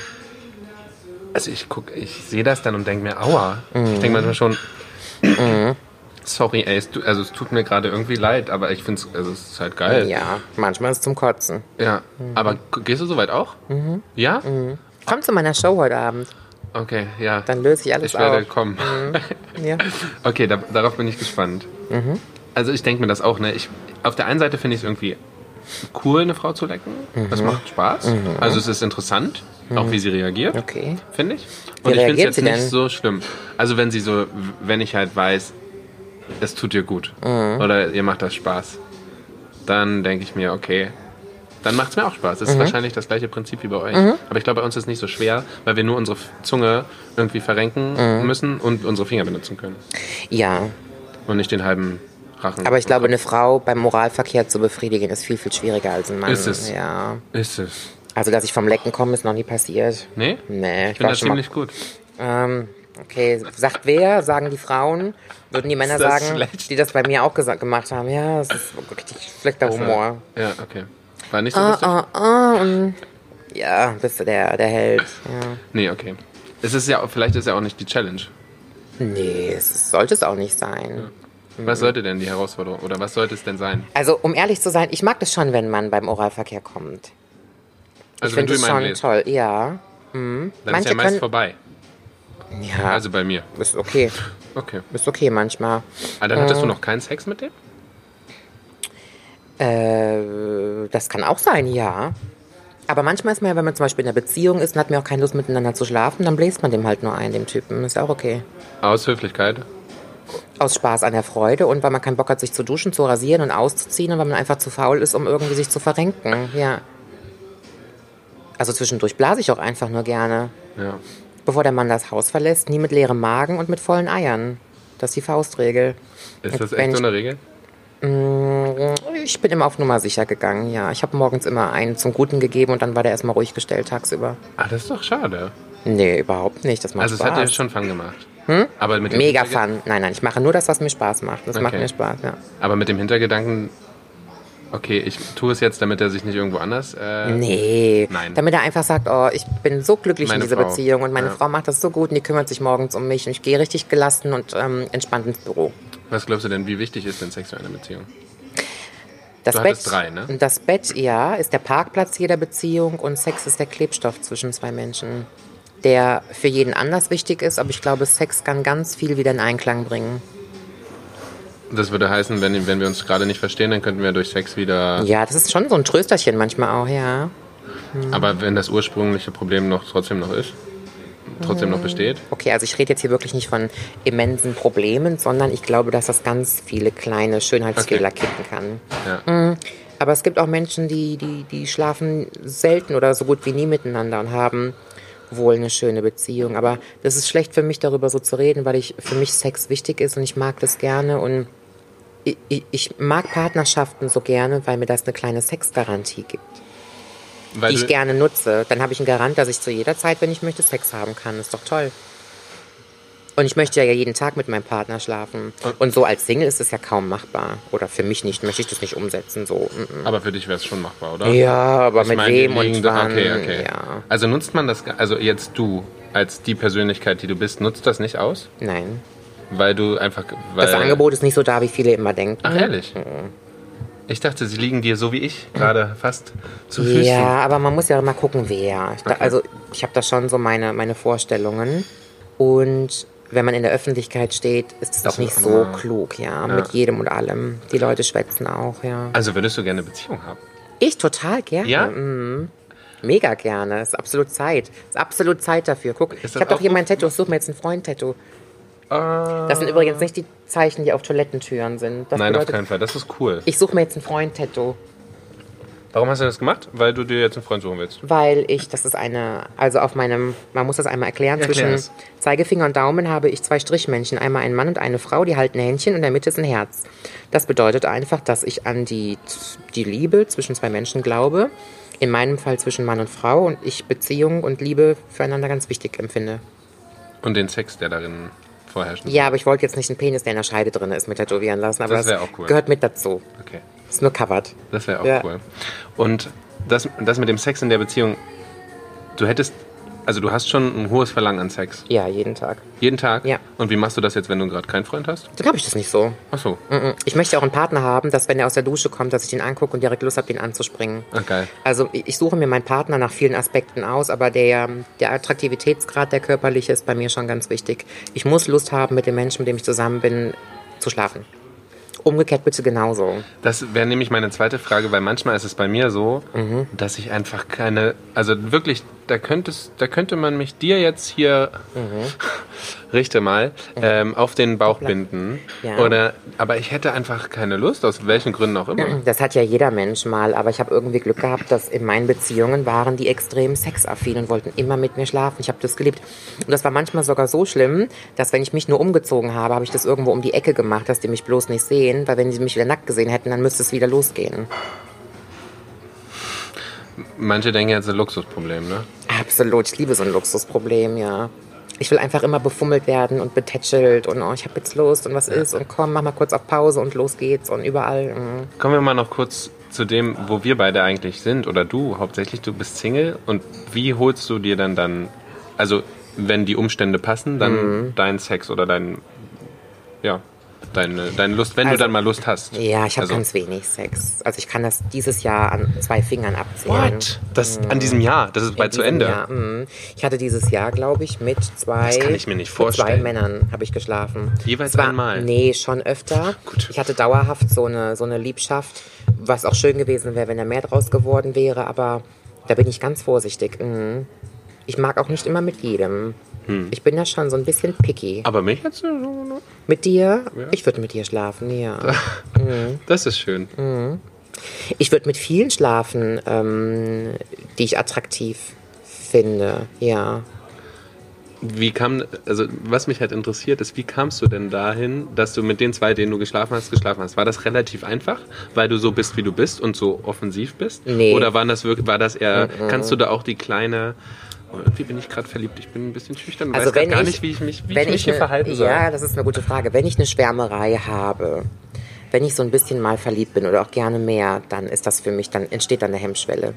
[SPEAKER 1] Also ich guck, ich sehe das dann und denke mir, aua. Ich
[SPEAKER 2] Mhm.
[SPEAKER 1] denke manchmal schon, sorry, ey, es, tu- also es tut mir gerade irgendwie leid, aber ich finde es, also es ist halt geil. Ja,
[SPEAKER 2] ja, manchmal ist es zum Kotzen. Mhm.
[SPEAKER 1] aber gu- gehst du soweit auch? Ja?
[SPEAKER 2] Komm zu meiner Show heute Abend,
[SPEAKER 1] Okay, ja.
[SPEAKER 2] Mhm. dann löse ich alles
[SPEAKER 1] ich werde
[SPEAKER 2] auf. Mhm.
[SPEAKER 1] kommen.
[SPEAKER 2] Ja.
[SPEAKER 1] Okay, da, darauf bin ich gespannt.
[SPEAKER 2] Mhm.
[SPEAKER 1] Also ich denke mir das auch, ne? Ich, auf der einen Seite finde ich es irgendwie cool, eine Frau zu lecken. Das
[SPEAKER 2] Mhm.
[SPEAKER 1] macht Spaß. Also es ist interessant, auch wie sie reagiert.
[SPEAKER 2] Okay.
[SPEAKER 1] Finde ich. Und ich finde es
[SPEAKER 2] reagiert
[SPEAKER 1] jetzt
[SPEAKER 2] sie
[SPEAKER 1] nicht
[SPEAKER 2] denn?
[SPEAKER 1] so schlimm. Also wenn sie so, wenn ich halt weiß, es tut ihr gut.
[SPEAKER 2] Mhm.
[SPEAKER 1] Oder ihr macht das Spaß. Dann denke ich mir, okay. Dann macht es mir auch Spaß.
[SPEAKER 2] Mhm.
[SPEAKER 1] Es ist wahrscheinlich das gleiche Prinzip wie bei euch. Aber ich glaube, bei uns ist es nicht so schwer, weil wir nur unsere Zunge irgendwie verrenken
[SPEAKER 2] Mhm.
[SPEAKER 1] müssen und unsere Finger benutzen können.
[SPEAKER 2] Ja,
[SPEAKER 1] Und nicht den halben Rachen.
[SPEAKER 2] aber ich glaube, eine Frau beim Moralverkehr zu befriedigen ist viel, viel schwieriger als ein Mann.
[SPEAKER 1] Ist es.
[SPEAKER 2] Ja.
[SPEAKER 1] Ist es.
[SPEAKER 2] Also, dass ich vom Lecken komme, ist noch nie passiert.
[SPEAKER 1] Nee?
[SPEAKER 2] Nee, ich
[SPEAKER 1] Ich bin da
[SPEAKER 2] war schon mal.
[SPEAKER 1] ziemlich gut.
[SPEAKER 2] Ähm, okay, sagt wer? Sagen die Frauen? Würden die Männer
[SPEAKER 1] Ist das
[SPEAKER 2] sagen,
[SPEAKER 1] schlecht?
[SPEAKER 2] die das bei mir auch gesagt, gemacht haben? Ja, das ist richtig schlechter
[SPEAKER 1] Also-
[SPEAKER 2] Humor.
[SPEAKER 1] Ja, okay. War nicht so lustig?
[SPEAKER 2] Ah, ah, und ja, bist du der, der Held. Ja.
[SPEAKER 1] Nee, okay. Es ist ja, auch- vielleicht ist ja auch nicht die Challenge.
[SPEAKER 2] Nee, es ist- sollte es auch nicht sein.
[SPEAKER 1] Was sollte denn die Herausforderung oder was sollte es denn sein?
[SPEAKER 2] Also, um ehrlich zu sein, ich mag das schon, wenn ein Mann beim Oralverkehr kommt.
[SPEAKER 1] Also
[SPEAKER 2] Ich finde es
[SPEAKER 1] meinen
[SPEAKER 2] schon toll, ja.
[SPEAKER 1] dann ist
[SPEAKER 2] Manche
[SPEAKER 1] ja meist
[SPEAKER 2] können-
[SPEAKER 1] vorbei.
[SPEAKER 2] Ja,
[SPEAKER 1] Also bei mir.
[SPEAKER 2] ist okay.
[SPEAKER 1] Okay.
[SPEAKER 2] Ist okay manchmal.
[SPEAKER 1] Ah, dann hattest du noch keinen Sex mit dem?
[SPEAKER 2] Äh, das kann auch sein, ja. Aber manchmal ist man ja, wenn man zum Beispiel in einer Beziehung ist und hat mir auch keine Lust miteinander zu schlafen, dann bläst man dem halt nur ein, dem Typen. Ist ja auch okay.
[SPEAKER 1] Aus Höflichkeit.
[SPEAKER 2] Aus Spaß an der Freude und weil man keinen Bock hat, sich zu duschen, zu rasieren und auszuziehen und weil man einfach zu faul ist, um irgendwie sich zu verrenken. Ja. Also zwischendurch blase ich auch einfach nur gerne.
[SPEAKER 1] Ja.
[SPEAKER 2] Bevor der Mann das Haus verlässt, nie mit leerem Magen und mit vollen Eiern. Das ist die Faustregel.
[SPEAKER 1] Ist das
[SPEAKER 2] Wenn
[SPEAKER 1] echt so eine Regel?
[SPEAKER 2] Ich bin immer auf Nummer sicher gegangen, ja. Ich habe morgens immer einen zum Guten gegeben und dann war der erstmal ruhig gestellt tagsüber.
[SPEAKER 1] Ah, das ist doch schade.
[SPEAKER 2] Nee, überhaupt nicht. Das macht
[SPEAKER 1] Also es
[SPEAKER 2] Spaß. Hm?
[SPEAKER 1] hat ja schon Fun gemacht. Aber mit dem
[SPEAKER 2] Mega
[SPEAKER 1] Hinterge-
[SPEAKER 2] Fun. Nein, nein, ich mache nur das, was mir Spaß macht. Das macht
[SPEAKER 1] Okay.
[SPEAKER 2] mir Spaß, ja.
[SPEAKER 1] Aber mit dem Hintergedanken, okay, ich tue es jetzt, damit er sich nicht irgendwo anders. Äh,
[SPEAKER 2] Mhm. Nee.
[SPEAKER 1] Nein.
[SPEAKER 2] Damit er einfach sagt, oh, ich bin so glücklich
[SPEAKER 1] Meine
[SPEAKER 2] in dieser
[SPEAKER 1] Frau.
[SPEAKER 2] Beziehung und meine
[SPEAKER 1] Ja.
[SPEAKER 2] Frau macht das so gut und die kümmert sich morgens um mich und ich gehe richtig gelassen und ähm, entspannt ins Büro.
[SPEAKER 1] Was glaubst du denn, wie wichtig ist denn Sex für eine Beziehung?
[SPEAKER 2] Das
[SPEAKER 1] Du
[SPEAKER 2] Bett,
[SPEAKER 1] hattest drei, ne?
[SPEAKER 2] Das Bett, ja, ist der Parkplatz jeder Beziehung und Sex ist der Klebstoff zwischen zwei Menschen, der für jeden anders wichtig ist, aber ich glaube, Sex kann ganz viel wieder in Einklang bringen.
[SPEAKER 1] Das würde heißen, wenn, wenn wir uns gerade nicht verstehen, dann könnten wir durch Sex wieder.
[SPEAKER 2] Ja, das ist schon so ein Trösterchen manchmal auch, ja.
[SPEAKER 1] Aber wenn das ursprüngliche Problem noch trotzdem noch ist, trotzdem noch besteht.
[SPEAKER 2] Okay, also ich rede jetzt hier wirklich nicht von immensen Problemen, sondern ich glaube, dass das ganz viele kleine Schönheitsfehler
[SPEAKER 1] Okay.
[SPEAKER 2] kippen kann.
[SPEAKER 1] Ja.
[SPEAKER 2] Aber es gibt auch Menschen, die, die, die schlafen selten oder so gut wie nie miteinander und haben wohl eine schöne Beziehung. Aber das ist schlecht für mich, darüber so zu reden, weil ich für mich Sex wichtig ist und ich mag das gerne und ich- ich, ich mag Partnerschaften so gerne, weil mir das eine kleine Sexgarantie gibt,
[SPEAKER 1] Weil
[SPEAKER 2] die ich
[SPEAKER 1] du-
[SPEAKER 2] gerne nutze. Dann habe ich einen Garant, dass ich zu jeder Zeit, wenn ich möchte, Sex haben kann. Ist doch toll. Und ich möchte ja jeden Tag mit meinem Partner schlafen. Und so als Single ist es ja kaum machbar. Oder für mich nicht, möchte ich das nicht umsetzen. So. mm, mm.
[SPEAKER 1] Aber für dich wäre es schon machbar, oder?
[SPEAKER 2] Ja, aber mit
[SPEAKER 1] meine,
[SPEAKER 2] wem
[SPEAKER 1] die liegen
[SPEAKER 2] und
[SPEAKER 1] doch-
[SPEAKER 2] wann.
[SPEAKER 1] Okay, okay.
[SPEAKER 2] Ja,
[SPEAKER 1] Also nutzt man das, also jetzt du als die Persönlichkeit, die du bist, nutzt das nicht aus,
[SPEAKER 2] nein.
[SPEAKER 1] weil du einfach. Weil,
[SPEAKER 2] Das Angebot Mhm. ist nicht so da, wie viele immer denken.
[SPEAKER 1] Ach ehrlich? Ich dachte, sie liegen dir so wie ich gerade fast zu Füßen.
[SPEAKER 2] Ja, aber man muss ja mal gucken, wer. Ich da,
[SPEAKER 1] Okay.
[SPEAKER 2] also ich habe da schon so meine, meine Vorstellungen. Und wenn man in der Öffentlichkeit steht, ist es
[SPEAKER 1] Das
[SPEAKER 2] auch nicht
[SPEAKER 1] ist-
[SPEAKER 2] so
[SPEAKER 1] ah.
[SPEAKER 2] klug,
[SPEAKER 1] Ja.
[SPEAKER 2] ja, Mit jedem und allem. Die Leute schwätzen auch, ja.
[SPEAKER 1] Also würdest du gerne eine Beziehung haben?
[SPEAKER 2] Ich total gerne.
[SPEAKER 1] Ja?
[SPEAKER 2] Mhm. Mega gerne. Ist absolut Zeit. Ist absolut Zeit dafür. Guck,
[SPEAKER 1] Ist
[SPEAKER 2] ich
[SPEAKER 1] das
[SPEAKER 2] habe doch
[SPEAKER 1] auch
[SPEAKER 2] hier
[SPEAKER 1] gut?
[SPEAKER 2] mein Tattoo. Ich suche mir jetzt ein Freund-Tattoo.
[SPEAKER 1] Ah,
[SPEAKER 2] Das sind übrigens nicht die Zeichen, die auf Toilettentüren sind. Das
[SPEAKER 1] Nein, auf
[SPEAKER 2] bedeutet,
[SPEAKER 1] keinen Fall. Das ist cool.
[SPEAKER 2] ich suche mir jetzt ein Freund-Tattoo.
[SPEAKER 1] Warum hast du das gemacht? Weil du dir jetzt einen Freund suchen willst.
[SPEAKER 2] Weil ich, das ist eine, also auf meinem, man muss das einmal erklären,
[SPEAKER 1] Erklär
[SPEAKER 2] zwischen
[SPEAKER 1] es.
[SPEAKER 2] Zeigefinger und Daumen habe ich zwei Strichmännchen, einmal einen Mann und eine Frau, die halten Händchen und in der Mitte ist ein Herz. Das bedeutet einfach, dass ich an die, die Liebe zwischen zwei Menschen glaube, in meinem Fall zwischen Mann und Frau und ich Beziehung und Liebe füreinander ganz wichtig empfinde.
[SPEAKER 1] Und den Sex, der darin vorherrscht.
[SPEAKER 2] Ja, aber ich wollte jetzt nicht einen Penis, der in der Scheide drin ist, mit tätowieren lassen, aber
[SPEAKER 1] Das
[SPEAKER 2] das,
[SPEAKER 1] wär auch cool.
[SPEAKER 2] gehört mit dazu.
[SPEAKER 1] Okay.
[SPEAKER 2] Ist nur covered.
[SPEAKER 1] Das wäre auch
[SPEAKER 2] Ja.
[SPEAKER 1] cool. Und das, das mit dem Sex in der Beziehung, du hättest, also du hast schon ein hohes Verlangen an Sex.
[SPEAKER 2] Ja, jeden Tag.
[SPEAKER 1] Jeden Tag?
[SPEAKER 2] Ja.
[SPEAKER 1] Und wie machst du das jetzt, wenn du gerade keinen Freund hast?
[SPEAKER 2] Dann habe ich das nicht so.
[SPEAKER 1] Ach so.
[SPEAKER 2] Mm-mm. Mhm. Ich möchte auch einen Partner haben, dass wenn er aus der Dusche kommt, dass ich ihn angucke und direkt Lust habe, ihn anzuspringen.
[SPEAKER 1] Ach, geil.
[SPEAKER 2] Also ich ich suche mir meinen Partner nach vielen Aspekten aus, aber der, der Attraktivitätsgrad, der körperliche, ist bei mir schon ganz wichtig. Ich muss Lust haben, mit dem Menschen, mit dem ich zusammen bin, zu schlafen. Umgekehrt bitte genauso.
[SPEAKER 1] Das wäre nämlich meine zweite Frage, weil manchmal ist es bei mir so, dass ich einfach keine, also wirklich, da könntest, da könnte man mich dir jetzt hier, richte mal, ähm, auf den Bauch binden.
[SPEAKER 2] Ja.
[SPEAKER 1] Oder, aber ich hätte einfach keine Lust, aus welchen Gründen auch immer.
[SPEAKER 2] Das hat ja jeder Mensch mal, aber ich habe irgendwie Glück gehabt, dass in meinen Beziehungen waren die extrem sexaffin und wollten immer mit mir schlafen. Ich habe das geliebt. Und das war manchmal sogar so schlimm, dass wenn ich mich nur umgezogen habe, habe ich das irgendwo um die Ecke gemacht, dass die mich bloß nicht sehen, weil wenn sie mich wieder nackt gesehen hätten, dann müsste es wieder losgehen.
[SPEAKER 1] Manche denken jetzt ein Luxusproblem, ne?
[SPEAKER 2] Absolut, ich liebe so ein Luxusproblem, ja. Ich will einfach immer befummelt werden und betätschelt und oh, ich habe jetzt Lust und was ist und komm, mach mal kurz auf Pause und los geht's und überall. mm.
[SPEAKER 1] Kommen wir mal noch kurz zu dem, wo wir beide eigentlich sind. Oder du hauptsächlich, du bist Single. Und wie holst du dir dann dann, also wenn die Umstände passen, dann
[SPEAKER 2] Mhm.
[SPEAKER 1] deinen Sex oder dein, ja, deine, deine Lust, wenn du
[SPEAKER 2] Also-
[SPEAKER 1] dann mal Lust hast.
[SPEAKER 2] Ja, ich habe
[SPEAKER 1] Also-
[SPEAKER 2] ganz wenig Sex. Also ich kann das dieses Jahr an zwei Fingern abzählen.
[SPEAKER 1] What? Das, an diesem Jahr, das ist bald zu
[SPEAKER 2] diesem
[SPEAKER 1] Ende.
[SPEAKER 2] Jahr, mm. ich hatte dieses Jahr, glaube ich, mit zwei.
[SPEAKER 1] Das kann ich mir nicht
[SPEAKER 2] Mit
[SPEAKER 1] vorstellen.
[SPEAKER 2] zwei Männern habe ich geschlafen.
[SPEAKER 1] Jeweils
[SPEAKER 2] Es war,
[SPEAKER 1] einmal?
[SPEAKER 2] Nee, schon öfter.
[SPEAKER 1] Gut.
[SPEAKER 2] Ich hatte dauerhaft so eine, so eine Liebschaft, was auch schön gewesen wäre, wenn da mehr draus geworden wäre, aber da bin ich ganz vorsichtig. mm. Ich mag auch nicht immer mit jedem.
[SPEAKER 1] Hm.
[SPEAKER 2] Ich bin da schon so ein bisschen picky.
[SPEAKER 1] Aber mich jetzt, äh,
[SPEAKER 2] Mit dir? Ich würde mit dir schlafen, ja.
[SPEAKER 1] das ist schön.
[SPEAKER 2] Ich würde mit vielen schlafen, ähm, die ich attraktiv finde, ja.
[SPEAKER 1] Wie kam, also was mich halt interessiert ist, wie kamst du denn dahin, dass du mit den zwei, denen du geschlafen hast, geschlafen hast? War das relativ einfach, weil du so bist, wie du bist und so offensiv bist?
[SPEAKER 2] Nee. Mhm,
[SPEAKER 1] Oder waren das wirklich, war das eher, kannst du da auch die kleine, oh, irgendwie bin ich gerade verliebt, ich bin ein bisschen schüchtern, und
[SPEAKER 2] Also
[SPEAKER 1] weiß grad
[SPEAKER 2] wenn
[SPEAKER 1] gar
[SPEAKER 2] ich-
[SPEAKER 1] nicht, wie ich mich, wie
[SPEAKER 2] wenn
[SPEAKER 1] ich mich hier
[SPEAKER 2] ne-
[SPEAKER 1] verhalten soll.
[SPEAKER 2] Ja, das ist eine gute Frage. Wenn ich eine Schwärmerei habe, wenn ich so ein bisschen mal verliebt bin oder auch gerne mehr, dann ist das für mich, dann entsteht dann eine Hemmschwelle.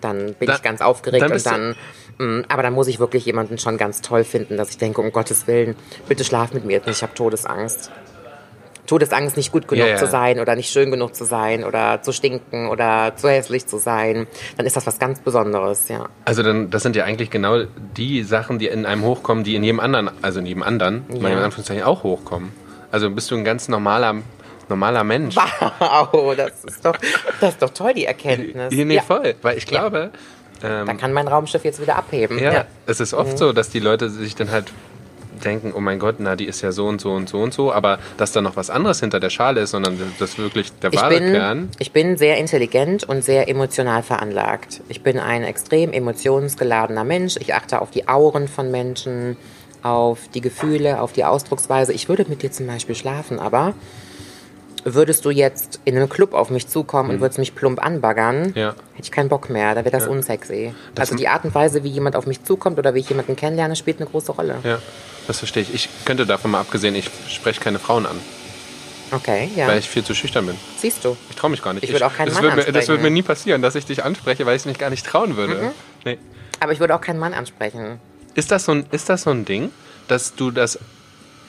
[SPEAKER 2] Dann bin
[SPEAKER 1] Da-
[SPEAKER 2] ich ganz aufgeregt
[SPEAKER 1] dann
[SPEAKER 2] und
[SPEAKER 1] bist du-
[SPEAKER 2] dann, mh, aber dann muss ich wirklich jemanden schon ganz toll finden, dass ich denke, um Gottes Willen, bitte schlaf mit mir jetzt nicht, ich habe Todesangst. Todesangst, nicht gut genug
[SPEAKER 1] Ja, ja.
[SPEAKER 2] zu sein oder nicht schön genug zu sein oder zu stinken oder zu hässlich zu sein, dann ist das was ganz Besonderes, ja.
[SPEAKER 1] Also dann, das sind ja eigentlich genau die Sachen, die in einem hochkommen, die in jedem anderen, also in jedem anderen, mal in Anführungszeichen auch hochkommen. Also bist du ein ganz normaler normaler Mensch.
[SPEAKER 2] Wow, das ist doch, das ist doch toll, die Erkenntnis.
[SPEAKER 1] Nee, nee,
[SPEAKER 2] ja.
[SPEAKER 1] voll. Weil ich glaube,
[SPEAKER 2] Da kann mein Raumschiff jetzt wieder abheben.
[SPEAKER 1] Ja, es ist
[SPEAKER 2] Mhm.
[SPEAKER 1] oft so, dass die Leute sich dann halt denken, oh mein Gott, na, die ist ja so und so und so und so, aber dass da noch was anderes hinter der Schale ist, sondern das wirklich der
[SPEAKER 2] Ich
[SPEAKER 1] wahre Kern.
[SPEAKER 2] bin, ich bin sehr intelligent und sehr emotional veranlagt. Ich bin ein extrem emotionsgeladener Mensch. Ich achte auf die Auren von Menschen, auf die Gefühle, auf die Ausdrucksweise. Ich würde mit dir zum Beispiel schlafen, aber würdest du jetzt in einem Club auf mich zukommen und würdest mich plump anbaggern,
[SPEAKER 1] Hm. Ja.
[SPEAKER 2] hätte ich keinen Bock mehr. Da wird das unsexy. also die Art und Weise, wie jemand auf mich zukommt oder wie ich jemanden kennenlerne, spielt eine große Rolle.
[SPEAKER 1] Ja, das verstehe ich. Ich könnte davon mal abgesehen, ich spreche keine Frauen an,
[SPEAKER 2] Okay, ja.
[SPEAKER 1] weil ich viel zu schüchtern bin.
[SPEAKER 2] Siehst du.
[SPEAKER 1] Ich traue mich gar nicht.
[SPEAKER 2] Ich würde auch keinen
[SPEAKER 1] das
[SPEAKER 2] Mann
[SPEAKER 1] würde mir, Das
[SPEAKER 2] ansprechen. Mhm.
[SPEAKER 1] würde mir nie passieren, dass ich dich anspreche, weil ich es mich gar nicht trauen würde. Nee.
[SPEAKER 2] Aber ich würde auch keinen Mann ansprechen.
[SPEAKER 1] Ist, das so ein, ist das so ein Ding, dass du das,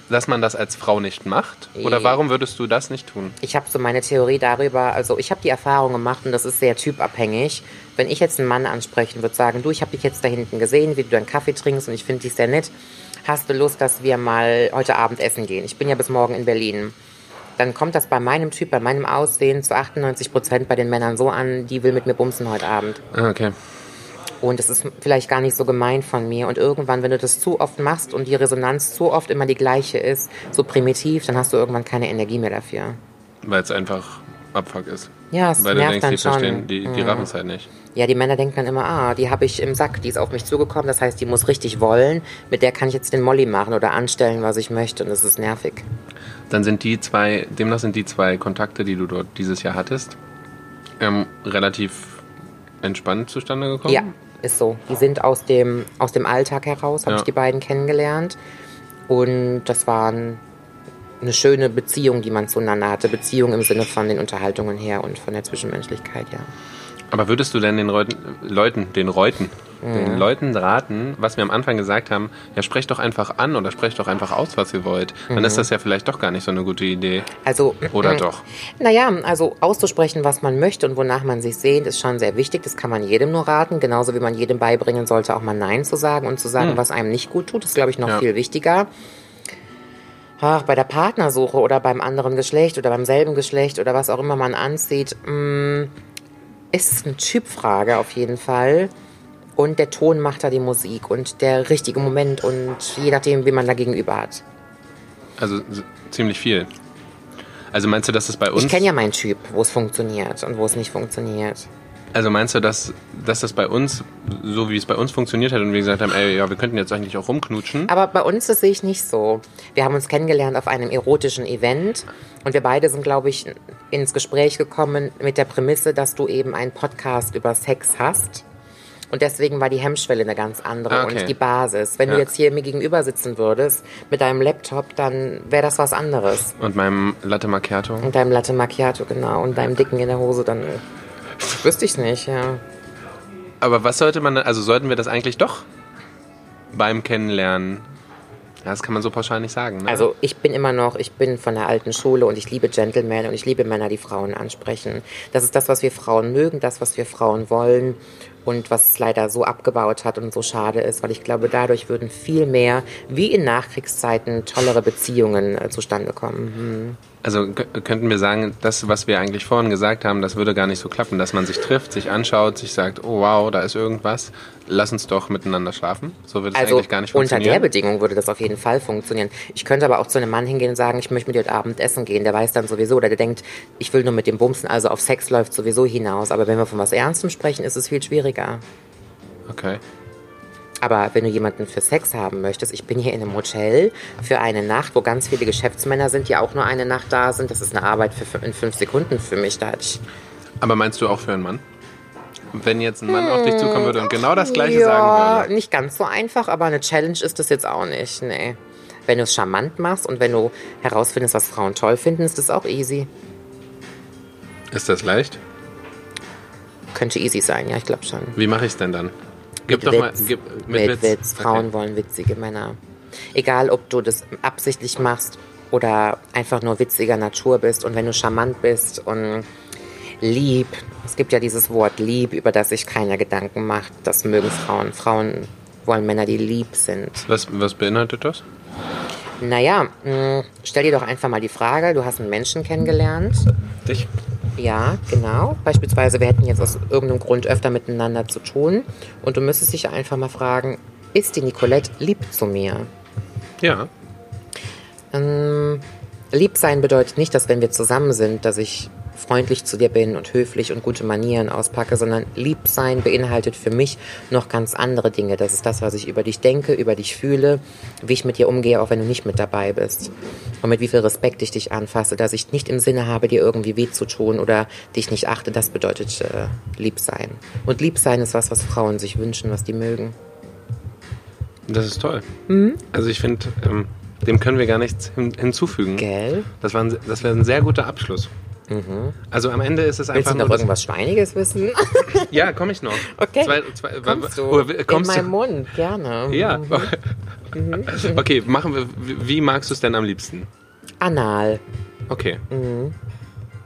[SPEAKER 1] dass man das als Frau nicht macht? Oder
[SPEAKER 2] Nee.
[SPEAKER 1] warum würdest du das nicht tun?
[SPEAKER 2] Ich habe so meine Theorie darüber, also ich habe die Erfahrung gemacht und das ist sehr typabhängig. Wenn ich jetzt einen Mann ansprechen würde, sagen, du, ich habe dich jetzt da hinten gesehen, wie du deinen Kaffee trinkst und ich finde dich sehr nett. Hast du Lust, dass wir mal heute Abend essen gehen? Ich bin ja bis morgen in Berlin. Dann kommt das bei meinem Typ, bei meinem Aussehen zu 98 Prozent bei den Männern so an, die will mit mir bumsen heute Abend.
[SPEAKER 1] Ah, okay.
[SPEAKER 2] Und es ist vielleicht gar nicht so gemein von mir. Und irgendwann, wenn du das zu oft machst und die Resonanz zu oft immer die gleiche ist, so primitiv, dann hast du irgendwann keine Energie mehr dafür.
[SPEAKER 1] Weil es einfach Abfuck ist.
[SPEAKER 2] Ja, es
[SPEAKER 1] Weil du
[SPEAKER 2] nervt
[SPEAKER 1] denkst,
[SPEAKER 2] dann
[SPEAKER 1] die
[SPEAKER 2] schon. Mhm.
[SPEAKER 1] verstehen, die, die raffen es halt nicht.
[SPEAKER 2] Ja, die Männer denken dann immer, ah, die habe ich im Sack, die ist auf mich zugekommen, das heißt, die muss richtig wollen, mit der kann ich jetzt den Molly machen oder anstellen, was ich möchte und das ist nervig.
[SPEAKER 1] Dann sind die zwei, demnach sind die zwei Kontakte, die du dort dieses Jahr hattest, ähm, relativ entspannt zustande gekommen.
[SPEAKER 2] Ja, ist so. Die sind aus dem, aus dem Alltag heraus, habe
[SPEAKER 1] Ja.
[SPEAKER 2] ich die beiden kennengelernt und das waren eine schöne Beziehung, die man zueinander hatte. Beziehung im Sinne von den Unterhaltungen her und von der Zwischenmenschlichkeit, ja.
[SPEAKER 1] Aber würdest du denn den Reuten, Leuten, den Reuten,
[SPEAKER 2] Mhm.
[SPEAKER 1] den Leuten raten, was wir am Anfang gesagt haben, ja, sprecht doch einfach an oder sprecht doch einfach aus, was ihr wollt. Dann
[SPEAKER 2] Mhm.
[SPEAKER 1] ist das ja vielleicht doch gar nicht so eine gute Idee.
[SPEAKER 2] Also,
[SPEAKER 1] Oder doch.
[SPEAKER 2] Naja, also auszusprechen, was man möchte und wonach man sich sehnt, ist schon sehr wichtig. Das kann man jedem nur raten. Genauso wie man jedem beibringen sollte, auch mal Nein zu sagen und zu sagen, was einem nicht gut tut. Das ist, glaube ich, noch
[SPEAKER 1] Hm. Ja.
[SPEAKER 2] viel wichtiger. Ach, bei der Partnersuche oder beim anderen Geschlecht oder beim selben Geschlecht oder was auch immer man anzieht, mh, ist eine Typfrage auf jeden Fall. Und der Ton macht da die Musik und der richtige Moment und je nachdem, wie man da gegenüber hat.
[SPEAKER 1] Also s- ziemlich viel. Also meinst du, dass es bei uns.
[SPEAKER 2] Ich kenne ja meinen Typ, wo es funktioniert und wo es nicht funktioniert.
[SPEAKER 1] Also meinst du, dass, dass das bei uns, so wie es bei uns funktioniert hat und wir gesagt haben, ey, ja, wir könnten jetzt eigentlich auch rumknutschen?
[SPEAKER 2] Aber bei uns, das sehe ich nicht so. Wir haben uns kennengelernt auf einem erotischen Event und wir beide sind, glaube ich, ins Gespräch gekommen mit der Prämisse, dass du eben einen Podcast über Sex hast. Und deswegen war die Hemmschwelle eine ganz andere
[SPEAKER 1] Ah, okay.
[SPEAKER 2] und die Basis. Wenn
[SPEAKER 1] Ja.
[SPEAKER 2] du jetzt hier mir gegenüber sitzen würdest mit deinem Laptop, dann wäre das was anderes.
[SPEAKER 1] Und meinem Latte Macchiato?
[SPEAKER 2] Und deinem Latte Macchiato, genau. Und deinem Dicken in der Hose, dann äh, wüsste ich nicht, ja.
[SPEAKER 1] Aber was sollte man, also sollten wir das eigentlich doch beim Kennenlernen? Ja, das kann man so pauschal nicht sagen. Ne?
[SPEAKER 2] Also ich bin immer noch, ich bin von der alten Schule und ich liebe Gentlemen und ich liebe Männer, die Frauen ansprechen. Das ist das, was wir Frauen mögen, das, was wir Frauen wollen und was es leider so abgebaut hat und so schade ist, weil ich glaube, dadurch würden viel mehr, wie in Nachkriegszeiten, tollere Beziehungen äh, zustande kommen.
[SPEAKER 1] Also k- könnten wir sagen, das, was wir eigentlich vorhin gesagt haben, das würde gar nicht so klappen, dass man sich trifft, sich anschaut, sich sagt, oh wow, da ist irgendwas, lass uns doch miteinander schlafen. So wird es
[SPEAKER 2] Also
[SPEAKER 1] eigentlich gar nicht
[SPEAKER 2] unter der
[SPEAKER 1] funktionieren.
[SPEAKER 2] Bedingung würde das auf jeden Fall funktionieren. Ich könnte aber auch zu einem Mann hingehen und sagen, ich möchte mit dir heute Abend essen gehen. Der weiß dann sowieso oder der denkt, ich will nur mit dem Bumsen, also auf Sex läuft sowieso hinaus. Aber wenn wir von was Ernstem sprechen, ist es viel schwieriger.
[SPEAKER 1] okay.
[SPEAKER 2] Aber wenn du jemanden für Sex haben möchtest, ich bin hier in einem Hotel für eine Nacht, wo ganz viele Geschäftsmänner sind, die auch nur eine Nacht da sind. Das ist eine Arbeit für, fün- in fünf Sekunden für mich. Da hätte ich
[SPEAKER 1] Aber meinst du auch für einen Mann? Wenn jetzt ein Mann auf dich zukommen würde und genau das Gleiche sagen ne? würde.
[SPEAKER 2] Hm. ja, nicht ganz so einfach, aber eine Challenge ist das jetzt auch nicht. Nee. Wenn du es charmant machst und wenn du herausfindest, was Frauen toll finden, ist das auch easy.
[SPEAKER 1] Ist das leicht?
[SPEAKER 2] Könnte easy sein, ja, ich glaube schon.
[SPEAKER 1] Wie mache ich es denn dann? Gib doch mal. Gib,
[SPEAKER 2] mit, Witz. Frauen
[SPEAKER 1] Okay.
[SPEAKER 2] wollen witzige Männer. Egal, ob du das absichtlich machst oder einfach nur witziger Natur bist und wenn du charmant bist und lieb. Es gibt ja dieses Wort lieb, über das sich keiner Gedanken macht. Das mögen Frauen. Frauen wollen Männer, die lieb sind.
[SPEAKER 1] Was, was beinhaltet das?
[SPEAKER 2] Naja, mh, mm, stell dir doch einfach mal die Frage, du hast einen Menschen kennengelernt.
[SPEAKER 1] Dich?
[SPEAKER 2] Ja, genau. Beispielsweise, wir hätten jetzt aus irgendeinem Grund öfter miteinander zu tun. Und du müsstest dich einfach mal fragen, ist die Nicolette lieb zu mir?
[SPEAKER 1] Ja.
[SPEAKER 2] Ähm, lieb sein bedeutet nicht, dass wenn wir zusammen sind, dass ich freundlich zu dir bin und höflich und gute Manieren auspacke, sondern lieb sein beinhaltet für mich noch ganz andere Dinge. Das ist das, was ich über dich denke, über dich fühle, wie ich mit dir umgehe, auch wenn du nicht mit dabei bist. Und mit wie viel Respekt ich dich anfasse, dass ich nicht im Sinne habe, dir irgendwie weh zu tun oder dich nicht achte. Das bedeutet äh, lieb sein. Und lieb sein ist was, was Frauen sich wünschen, was die mögen.
[SPEAKER 1] Das ist toll.
[SPEAKER 2] Mhm.
[SPEAKER 1] Also ich finde, ähm, dem können wir gar nichts hin hinzufügen.
[SPEAKER 2] Gell? Mhm.
[SPEAKER 1] Das, war ein, das wäre ein sehr guter Abschluss. Also am Ende ist es
[SPEAKER 2] Willst
[SPEAKER 1] einfach
[SPEAKER 2] du noch
[SPEAKER 1] nur das-
[SPEAKER 2] irgendwas Schweiniges wissen?
[SPEAKER 1] Ja, komme ich noch.
[SPEAKER 2] Okay.
[SPEAKER 1] Zwei, zwei,
[SPEAKER 2] Kommst du?
[SPEAKER 1] Oder w- kommst
[SPEAKER 2] In
[SPEAKER 1] du?
[SPEAKER 2] meinem Mhm. Mund, gerne.
[SPEAKER 1] Ja. okay, machen wir. wie- Wie magst du es denn am liebsten?
[SPEAKER 2] Anal.
[SPEAKER 1] Okay.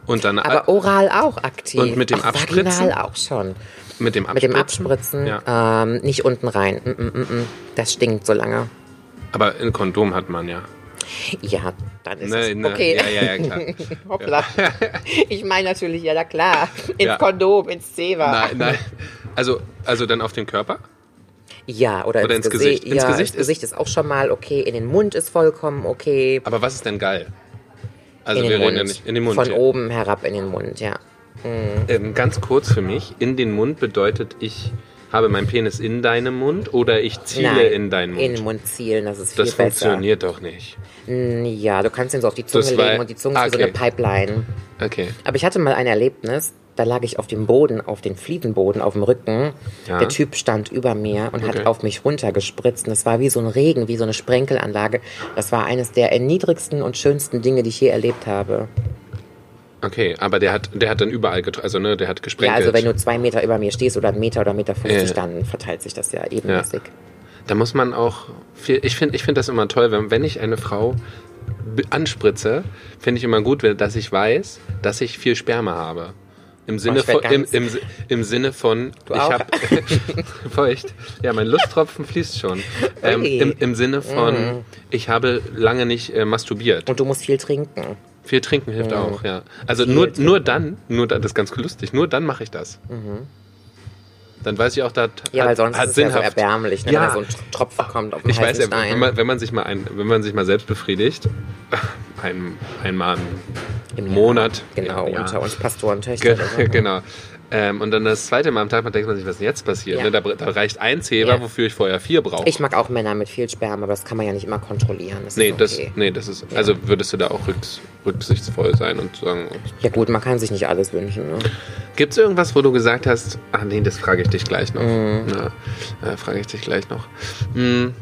[SPEAKER 1] Und dann
[SPEAKER 2] Mhm.
[SPEAKER 1] äh,
[SPEAKER 2] Aber oh, oral auch aktiv.
[SPEAKER 1] Und mit dem
[SPEAKER 2] Ach,
[SPEAKER 1] Abspritzen?
[SPEAKER 2] Vaginal auch schon.
[SPEAKER 1] mit dem
[SPEAKER 2] Mit
[SPEAKER 1] Abspritzen.
[SPEAKER 2] dem Abspritzen
[SPEAKER 1] Ja.
[SPEAKER 2] ähm, nicht unten rein. Mm, mm, mm, mm. Das stinkt so lange.
[SPEAKER 1] Aber ein Kondom hat man ja.
[SPEAKER 2] Ja, dann ist
[SPEAKER 1] Ne,
[SPEAKER 2] es
[SPEAKER 1] ne,
[SPEAKER 2] okay.
[SPEAKER 1] Ja, ja, ja, klar.
[SPEAKER 2] Hoppla. Ich meine natürlich, ja, na klar. Ins
[SPEAKER 1] Ja.
[SPEAKER 2] Kondom, ins Zewa.
[SPEAKER 1] Nein, nein. Also, also dann auf den Körper?
[SPEAKER 2] Ja, oder,
[SPEAKER 1] Oder ins Gesicht.
[SPEAKER 2] Ja,
[SPEAKER 1] Ins
[SPEAKER 2] ins
[SPEAKER 1] Gesicht
[SPEAKER 2] Gesicht, ist auch schon mal okay. In den Mund ist vollkommen okay.
[SPEAKER 1] Aber was ist denn geil? Also
[SPEAKER 2] in
[SPEAKER 1] wir
[SPEAKER 2] den
[SPEAKER 1] reden
[SPEAKER 2] Mund.
[SPEAKER 1] ja nicht in den Mund.
[SPEAKER 2] Von
[SPEAKER 1] ja.
[SPEAKER 2] oben herab in den Mund, ja.
[SPEAKER 1] Ähm, ganz kurz für mich, in den Mund bedeutet, ich habe meinen Penis in deinem Mund oder ich ziele
[SPEAKER 2] Nein,
[SPEAKER 1] in deinen Mund.
[SPEAKER 2] In den Mund zielen, das ist viel
[SPEAKER 1] das
[SPEAKER 2] besser.
[SPEAKER 1] funktioniert doch nicht.
[SPEAKER 2] Ja, du kannst ihn so auf die Zunge
[SPEAKER 1] Das war-
[SPEAKER 2] legen und die Zunge ist wie so
[SPEAKER 1] okay.
[SPEAKER 2] eine Pipeline.
[SPEAKER 1] Okay.
[SPEAKER 2] Aber ich hatte mal ein Erlebnis, da lag ich auf dem Boden, auf dem Fliegenboden, auf dem Rücken.
[SPEAKER 1] Ja.
[SPEAKER 2] Der Typ stand über mir und
[SPEAKER 1] Okay.
[SPEAKER 2] hat auf mich runtergespritzt. Und das war wie so ein Regen, wie so eine Sprenkelanlage. Das war eines der erniedrigsten und schönsten Dinge, die ich je erlebt habe.
[SPEAKER 1] Okay, aber der hat, der hat dann überall getroffen, also ne, der hat
[SPEAKER 2] Ja,
[SPEAKER 1] gesprenkelt.
[SPEAKER 2] also wenn du zwei Meter über mir stehst oder einen Meter oder einen Meter fünfzig,
[SPEAKER 1] Ja.
[SPEAKER 2] dann verteilt sich das ja ebenmäßig.
[SPEAKER 1] da muss man auch viel, ich finde ich find das immer toll, wenn, wenn ich eine Frau be- anspritze, finde ich immer gut, wenn- dass ich weiß, dass ich viel Sperma habe. Im Sinne,
[SPEAKER 2] ich werd
[SPEAKER 1] von, im,
[SPEAKER 2] ganz-
[SPEAKER 1] im, Si- Im Sinne von, ich
[SPEAKER 2] auch?
[SPEAKER 1] habe feucht. Ja, mein Lusttropfen fließt schon. Ähm,
[SPEAKER 2] Ui. Mm.
[SPEAKER 1] im, Im Sinne von, ich habe lange nicht äh, masturbiert.
[SPEAKER 2] Und Mm. du musst viel trinken.
[SPEAKER 1] Viel trinken hilft auch, ja. Also nur, nur dann, nur dann, das ist ganz lustig, nur dann mache ich das. Dann weiß ich auch, da
[SPEAKER 2] Mhm. Ja, weil sonst
[SPEAKER 1] hat
[SPEAKER 2] ist es ja so
[SPEAKER 1] sinnhaft.
[SPEAKER 2] erbärmlich, ne,
[SPEAKER 1] Ja.
[SPEAKER 2] wenn da so ein Tropfen kommt auf den
[SPEAKER 1] Ich weiß
[SPEAKER 2] heißen
[SPEAKER 1] ja,
[SPEAKER 2] Stein.
[SPEAKER 1] wenn man, wenn man sich mal ein, wenn man sich mal selbst befriedigt, ein, einmal im
[SPEAKER 2] Jahr.
[SPEAKER 1] Monat.
[SPEAKER 2] Genau,
[SPEAKER 1] ja,
[SPEAKER 2] unter
[SPEAKER 1] ja.
[SPEAKER 2] uns Pastorentöchter.
[SPEAKER 1] Ge
[SPEAKER 2] oder so.
[SPEAKER 1] genau. Ähm, und dann das zweite Mal am Tag, man denkt man sich, was ist denn jetzt passiert?
[SPEAKER 2] Ja.
[SPEAKER 1] Ne? Da, da reicht ein Zehber,
[SPEAKER 2] Ja.
[SPEAKER 1] wofür ich vorher vier brauche.
[SPEAKER 2] Ich mag auch Männer mit viel Sperma, aber das kann man ja nicht immer kontrollieren. Das
[SPEAKER 1] Nee,
[SPEAKER 2] ist
[SPEAKER 1] das,
[SPEAKER 2] okay.
[SPEAKER 1] nee, das ist. Also würdest du da auch rücks, rücksichtsvoll sein und sagen.
[SPEAKER 2] Ja gut, man kann sich nicht alles wünschen. Ne?
[SPEAKER 1] Gibt es irgendwas, wo du gesagt hast, ach nee, das frage ich dich gleich noch.
[SPEAKER 2] Mhm.
[SPEAKER 1] Ja, äh, frage ich dich gleich noch. Hm,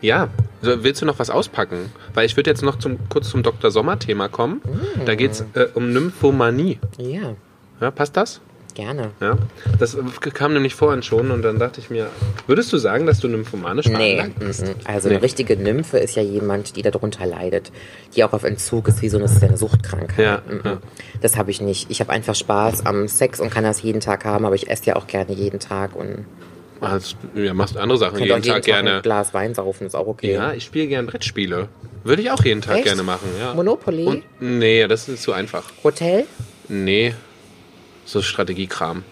[SPEAKER 1] ja, so, willst du noch was auspacken? Weil ich würde jetzt noch zum, kurz zum Dr. Sommer-Thema kommen.
[SPEAKER 2] Mhm.
[SPEAKER 1] Da geht es äh, um Nymphomanie.
[SPEAKER 2] Ja,
[SPEAKER 1] Ja, passt das?
[SPEAKER 2] gerne.
[SPEAKER 1] Ja. Das äh, kam nämlich vorhin schon und dann dachte ich mir, würdest du sagen, dass du nymphomanisch
[SPEAKER 2] Nee,
[SPEAKER 1] veranlagt bist?
[SPEAKER 2] mhm. also
[SPEAKER 1] Nee.
[SPEAKER 2] eine richtige Nymphe ist ja jemand, die darunter leidet, die auch auf Entzug ist, wie so eine, das ist ja eine Suchtkrankheit.
[SPEAKER 1] Ja,
[SPEAKER 2] Mhm.
[SPEAKER 1] ja.
[SPEAKER 2] Das habe ich nicht. Ich habe einfach Spaß am Sex und kann das jeden Tag haben, aber ich esse ja auch gerne jeden Tag und
[SPEAKER 1] Hast, ja, machst andere Sachen
[SPEAKER 2] könnte
[SPEAKER 1] jeden
[SPEAKER 2] auch jeden
[SPEAKER 1] Tag
[SPEAKER 2] Tag
[SPEAKER 1] gerne.
[SPEAKER 2] ein Glas Wein saufen, ist auch okay.
[SPEAKER 1] Ja, ich spiele gerne Brettspiele. Würde ich auch jeden Tag
[SPEAKER 2] Echt?
[SPEAKER 1] gerne machen. Ja.
[SPEAKER 2] Monopoly?
[SPEAKER 1] Und, nee, das ist zu einfach.
[SPEAKER 2] Hotel?
[SPEAKER 1] Nee, so Strategiekram.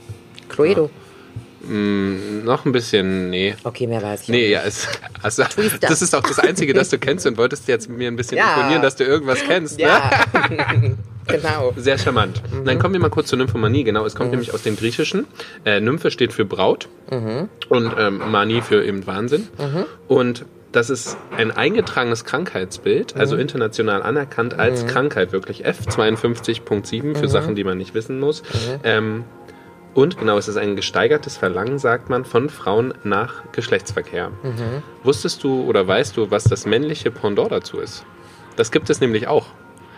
[SPEAKER 2] Cluedo.
[SPEAKER 1] Noch ein bisschen, nee.
[SPEAKER 2] Okay, mehr weiß ich
[SPEAKER 1] Nee, ja, es, also, das ist auch das Einzige, das du kennst und wolltest jetzt mir ein bisschen
[SPEAKER 2] Ja.
[SPEAKER 1] imponieren, dass du irgendwas kennst.
[SPEAKER 2] nicht.
[SPEAKER 1] Ne?
[SPEAKER 2] Ja, genau.
[SPEAKER 1] Sehr charmant. Dann kommen wir mal kurz zur Nymphomanie. Genau, es kommt nämlich aus dem Griechischen. Äh, Nymphe steht für Braut und ähm, Manie für eben Wahnsinn. Und das ist ein eingetragenes Krankheitsbild, also international anerkannt als Krankheit, wirklich F52.7 für Sachen, die man nicht wissen muss. Ähm, und genau, es ist ein gesteigertes Verlangen, sagt man, von Frauen nach Geschlechtsverkehr. Wusstest du oder weißt du, was das männliche Pendant dazu ist? Das gibt es nämlich auch.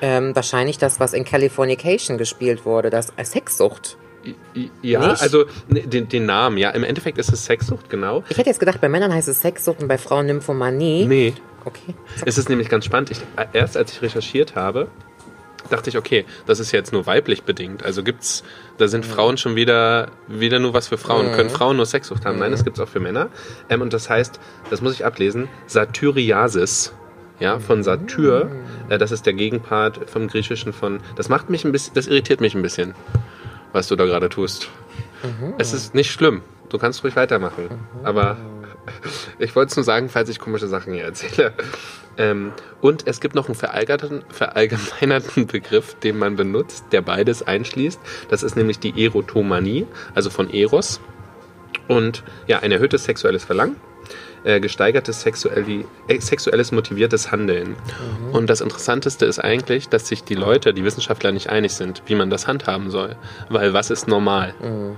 [SPEAKER 2] Ähm, wahrscheinlich das, was in Californication gespielt wurde, das äh, Sexsucht.
[SPEAKER 1] I- Ja,
[SPEAKER 2] Nicht?
[SPEAKER 1] also ne, den, den Namen, ja. Im Endeffekt ist es Sexsucht, genau.
[SPEAKER 2] Ich hätte jetzt gedacht, bei Männern heißt es Sexsucht und bei Frauen Nymphomanie.
[SPEAKER 1] Nee.
[SPEAKER 2] Okay.
[SPEAKER 1] Es ist nämlich ganz spannend. Ich, erst als ich recherchiert habe, dachte ich, okay, das ist jetzt nur weiblich bedingt. Also gibt's, da sind Frauen schon wieder, wieder nur was für Frauen. Können Frauen nur Sexsucht haben? Nein, das gibt's auch für Männer. Ähm, und das heißt, das muss ich ablesen, Satyriasis. ja, von Satyr. Äh, das ist der Gegenpart vom Griechischen von. Das macht mich ein bisschen, das irritiert mich ein bisschen, was du da gerade tust. Es ist nicht schlimm. Du kannst ruhig weitermachen. Aber ich wollte es nur sagen, falls ich komische Sachen hier erzähle. Ähm, und es gibt noch einen verallgerten- verallgemeinerten Begriff, den man benutzt, der beides einschließt. Das ist nämlich die Erotomanie, also von Eros. Und ja, ein erhöhtes sexuelles Verlangen, äh, gesteigertes sexuell, äh, sexuelles motiviertes Handeln.
[SPEAKER 2] Mhm.
[SPEAKER 1] Und das Interessanteste ist eigentlich, dass sich die Leute, die Wissenschaftler nicht einig sind, wie man das handhaben soll. Weil was ist normal?
[SPEAKER 2] Mhm.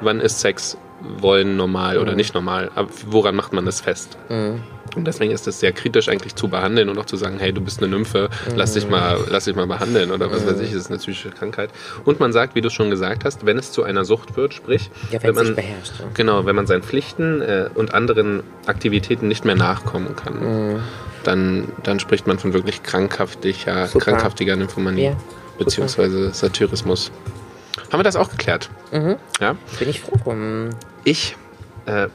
[SPEAKER 1] Wann ist Sex wollen normal
[SPEAKER 2] Mhm.
[SPEAKER 1] oder nicht normal? Aber woran macht man das fest? Und deswegen ist es sehr kritisch eigentlich zu behandeln und auch zu sagen, hey, du bist eine Nymphe, lass
[SPEAKER 2] Mhm.
[SPEAKER 1] dich mal, lass dich mal behandeln oder was weiß ich, das ist eine psychische Krankheit. Und man sagt, wie du schon gesagt hast, wenn es zu einer Sucht wird, sprich,
[SPEAKER 2] Ja,
[SPEAKER 1] wenn
[SPEAKER 2] wenn's
[SPEAKER 1] man
[SPEAKER 2] sich beherrscht, ja.
[SPEAKER 1] genau, wenn man seinen Pflichten äh, und anderen Aktivitäten nicht mehr nachkommen
[SPEAKER 2] Mhm.
[SPEAKER 1] kann, dann, dann spricht man von wirklich krankhaftiger,
[SPEAKER 2] Super.
[SPEAKER 1] krankhaftiger Nymphomanie
[SPEAKER 2] Ja, super.
[SPEAKER 1] beziehungsweise Satyrismus. Haben wir das auch geklärt?
[SPEAKER 2] Mhm.
[SPEAKER 1] Ja.
[SPEAKER 2] Bin ich froh drum.
[SPEAKER 1] Ich äh,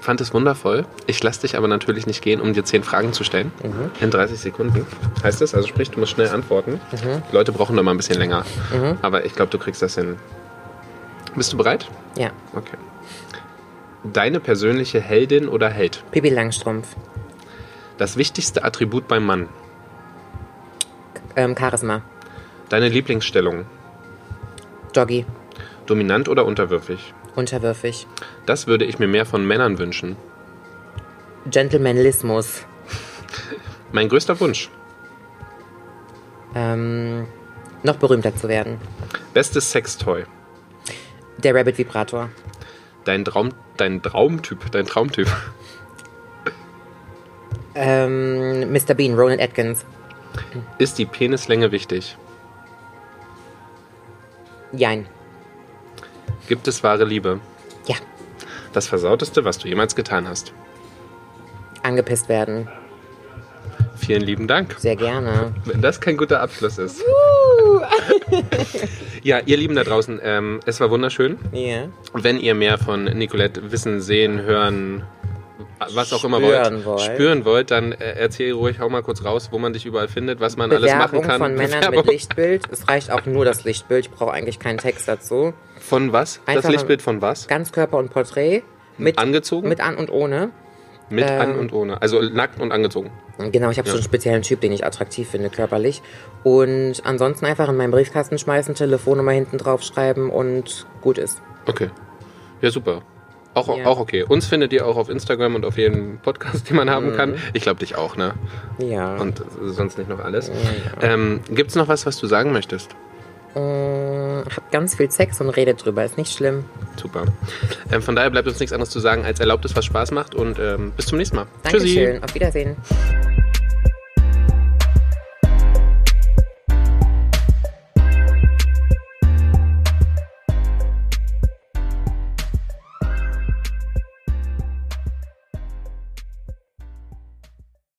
[SPEAKER 1] fand es wundervoll. Ich lasse dich aber natürlich nicht gehen, um dir zehn Fragen zu stellen.
[SPEAKER 2] Mhm.
[SPEAKER 1] In 30 Sekunden heißt es. Also sprich, du musst schnell antworten.
[SPEAKER 2] Mhm.
[SPEAKER 1] Die Leute brauchen da mal ein bisschen länger. Aber ich glaube, du kriegst das hin. Bist du bereit?
[SPEAKER 2] Ja,
[SPEAKER 1] Okay. Deine persönliche Heldin oder Held?
[SPEAKER 2] Pippi Langstrumpf.
[SPEAKER 1] Das wichtigste Attribut beim Mann?
[SPEAKER 2] Ähm, Charisma.
[SPEAKER 1] Deine Lieblingsstellung?
[SPEAKER 2] Doggy.
[SPEAKER 1] Dominant oder unterwürfig?
[SPEAKER 2] Unterwürfig.
[SPEAKER 1] Das würde ich mir mehr von Männern wünschen.
[SPEAKER 2] Gentlemanlismus.
[SPEAKER 1] Mein größter Wunsch?
[SPEAKER 2] Ähm, noch berühmter zu werden.
[SPEAKER 1] Bestes Sextoy?
[SPEAKER 2] Der Rabbit Vibrator.
[SPEAKER 1] Dein Traum, dein Traumtyp, dein Traumtyp.
[SPEAKER 2] Ähm, Mr. Bean, Ronald Atkins.
[SPEAKER 1] Ist die Penislänge wichtig?
[SPEAKER 2] Jein.
[SPEAKER 1] Gibt es wahre Liebe?
[SPEAKER 2] Ja.
[SPEAKER 1] Das Versauteste, was du jemals getan hast.
[SPEAKER 2] Angepisst werden.
[SPEAKER 1] Vielen lieben Dank.
[SPEAKER 2] Sehr gerne.
[SPEAKER 1] Wenn das kein guter Abschluss ist. ja, ihr Lieben da draußen, ähm, es war wunderschön.
[SPEAKER 2] Ja.
[SPEAKER 1] Wenn ihr mehr von Nicolette wissen, sehen, hören, was auch immer
[SPEAKER 2] Spüren
[SPEAKER 1] wollt,
[SPEAKER 2] wollt.
[SPEAKER 1] spüren wollt, dann äh, erzähl ruhig, hau mal kurz raus, wo man dich überall findet, was man alles machen
[SPEAKER 2] Bewerbung
[SPEAKER 1] kann.
[SPEAKER 2] von Männern
[SPEAKER 1] Bewerbung.
[SPEAKER 2] mit Lichtbild. Es reicht auch nur das Lichtbild. Ich brauche eigentlich keinen Text dazu.
[SPEAKER 1] Von was?
[SPEAKER 2] Einfach
[SPEAKER 1] das Lichtbild von was?
[SPEAKER 2] Ganzkörper und Porträt. Mit,
[SPEAKER 1] Angezogen?
[SPEAKER 2] Mit an und ohne.
[SPEAKER 1] Mit
[SPEAKER 2] ähm,
[SPEAKER 1] an und ohne. Also nackt und angezogen.
[SPEAKER 2] Genau, ich habe so einen speziellen Typ, den ich attraktiv finde, körperlich. Und ansonsten einfach in meinen Briefkasten schmeißen, Telefonnummer hinten drauf schreiben und gut ist.
[SPEAKER 1] Okay. Ja, super. Auch,
[SPEAKER 2] Ja.
[SPEAKER 1] auch okay. Uns findet ihr auch auf Instagram und auf jedem Podcast, den man haben kann. Ich glaube dich auch, ne?
[SPEAKER 2] Mhm. Ja.
[SPEAKER 1] Und äh, sonst nicht noch alles. Ähm, Gibt es noch was, was du sagen möchtest?
[SPEAKER 2] Mm, Hab ganz viel Sex und redet drüber. Ist nicht schlimm.
[SPEAKER 1] Super. Ähm, von daher bleibt uns nichts anderes zu sagen, als erlaubt es, was Spaß macht. Und ähm, bis zum nächsten Mal.
[SPEAKER 2] Dankeschön. Auf Wiedersehen.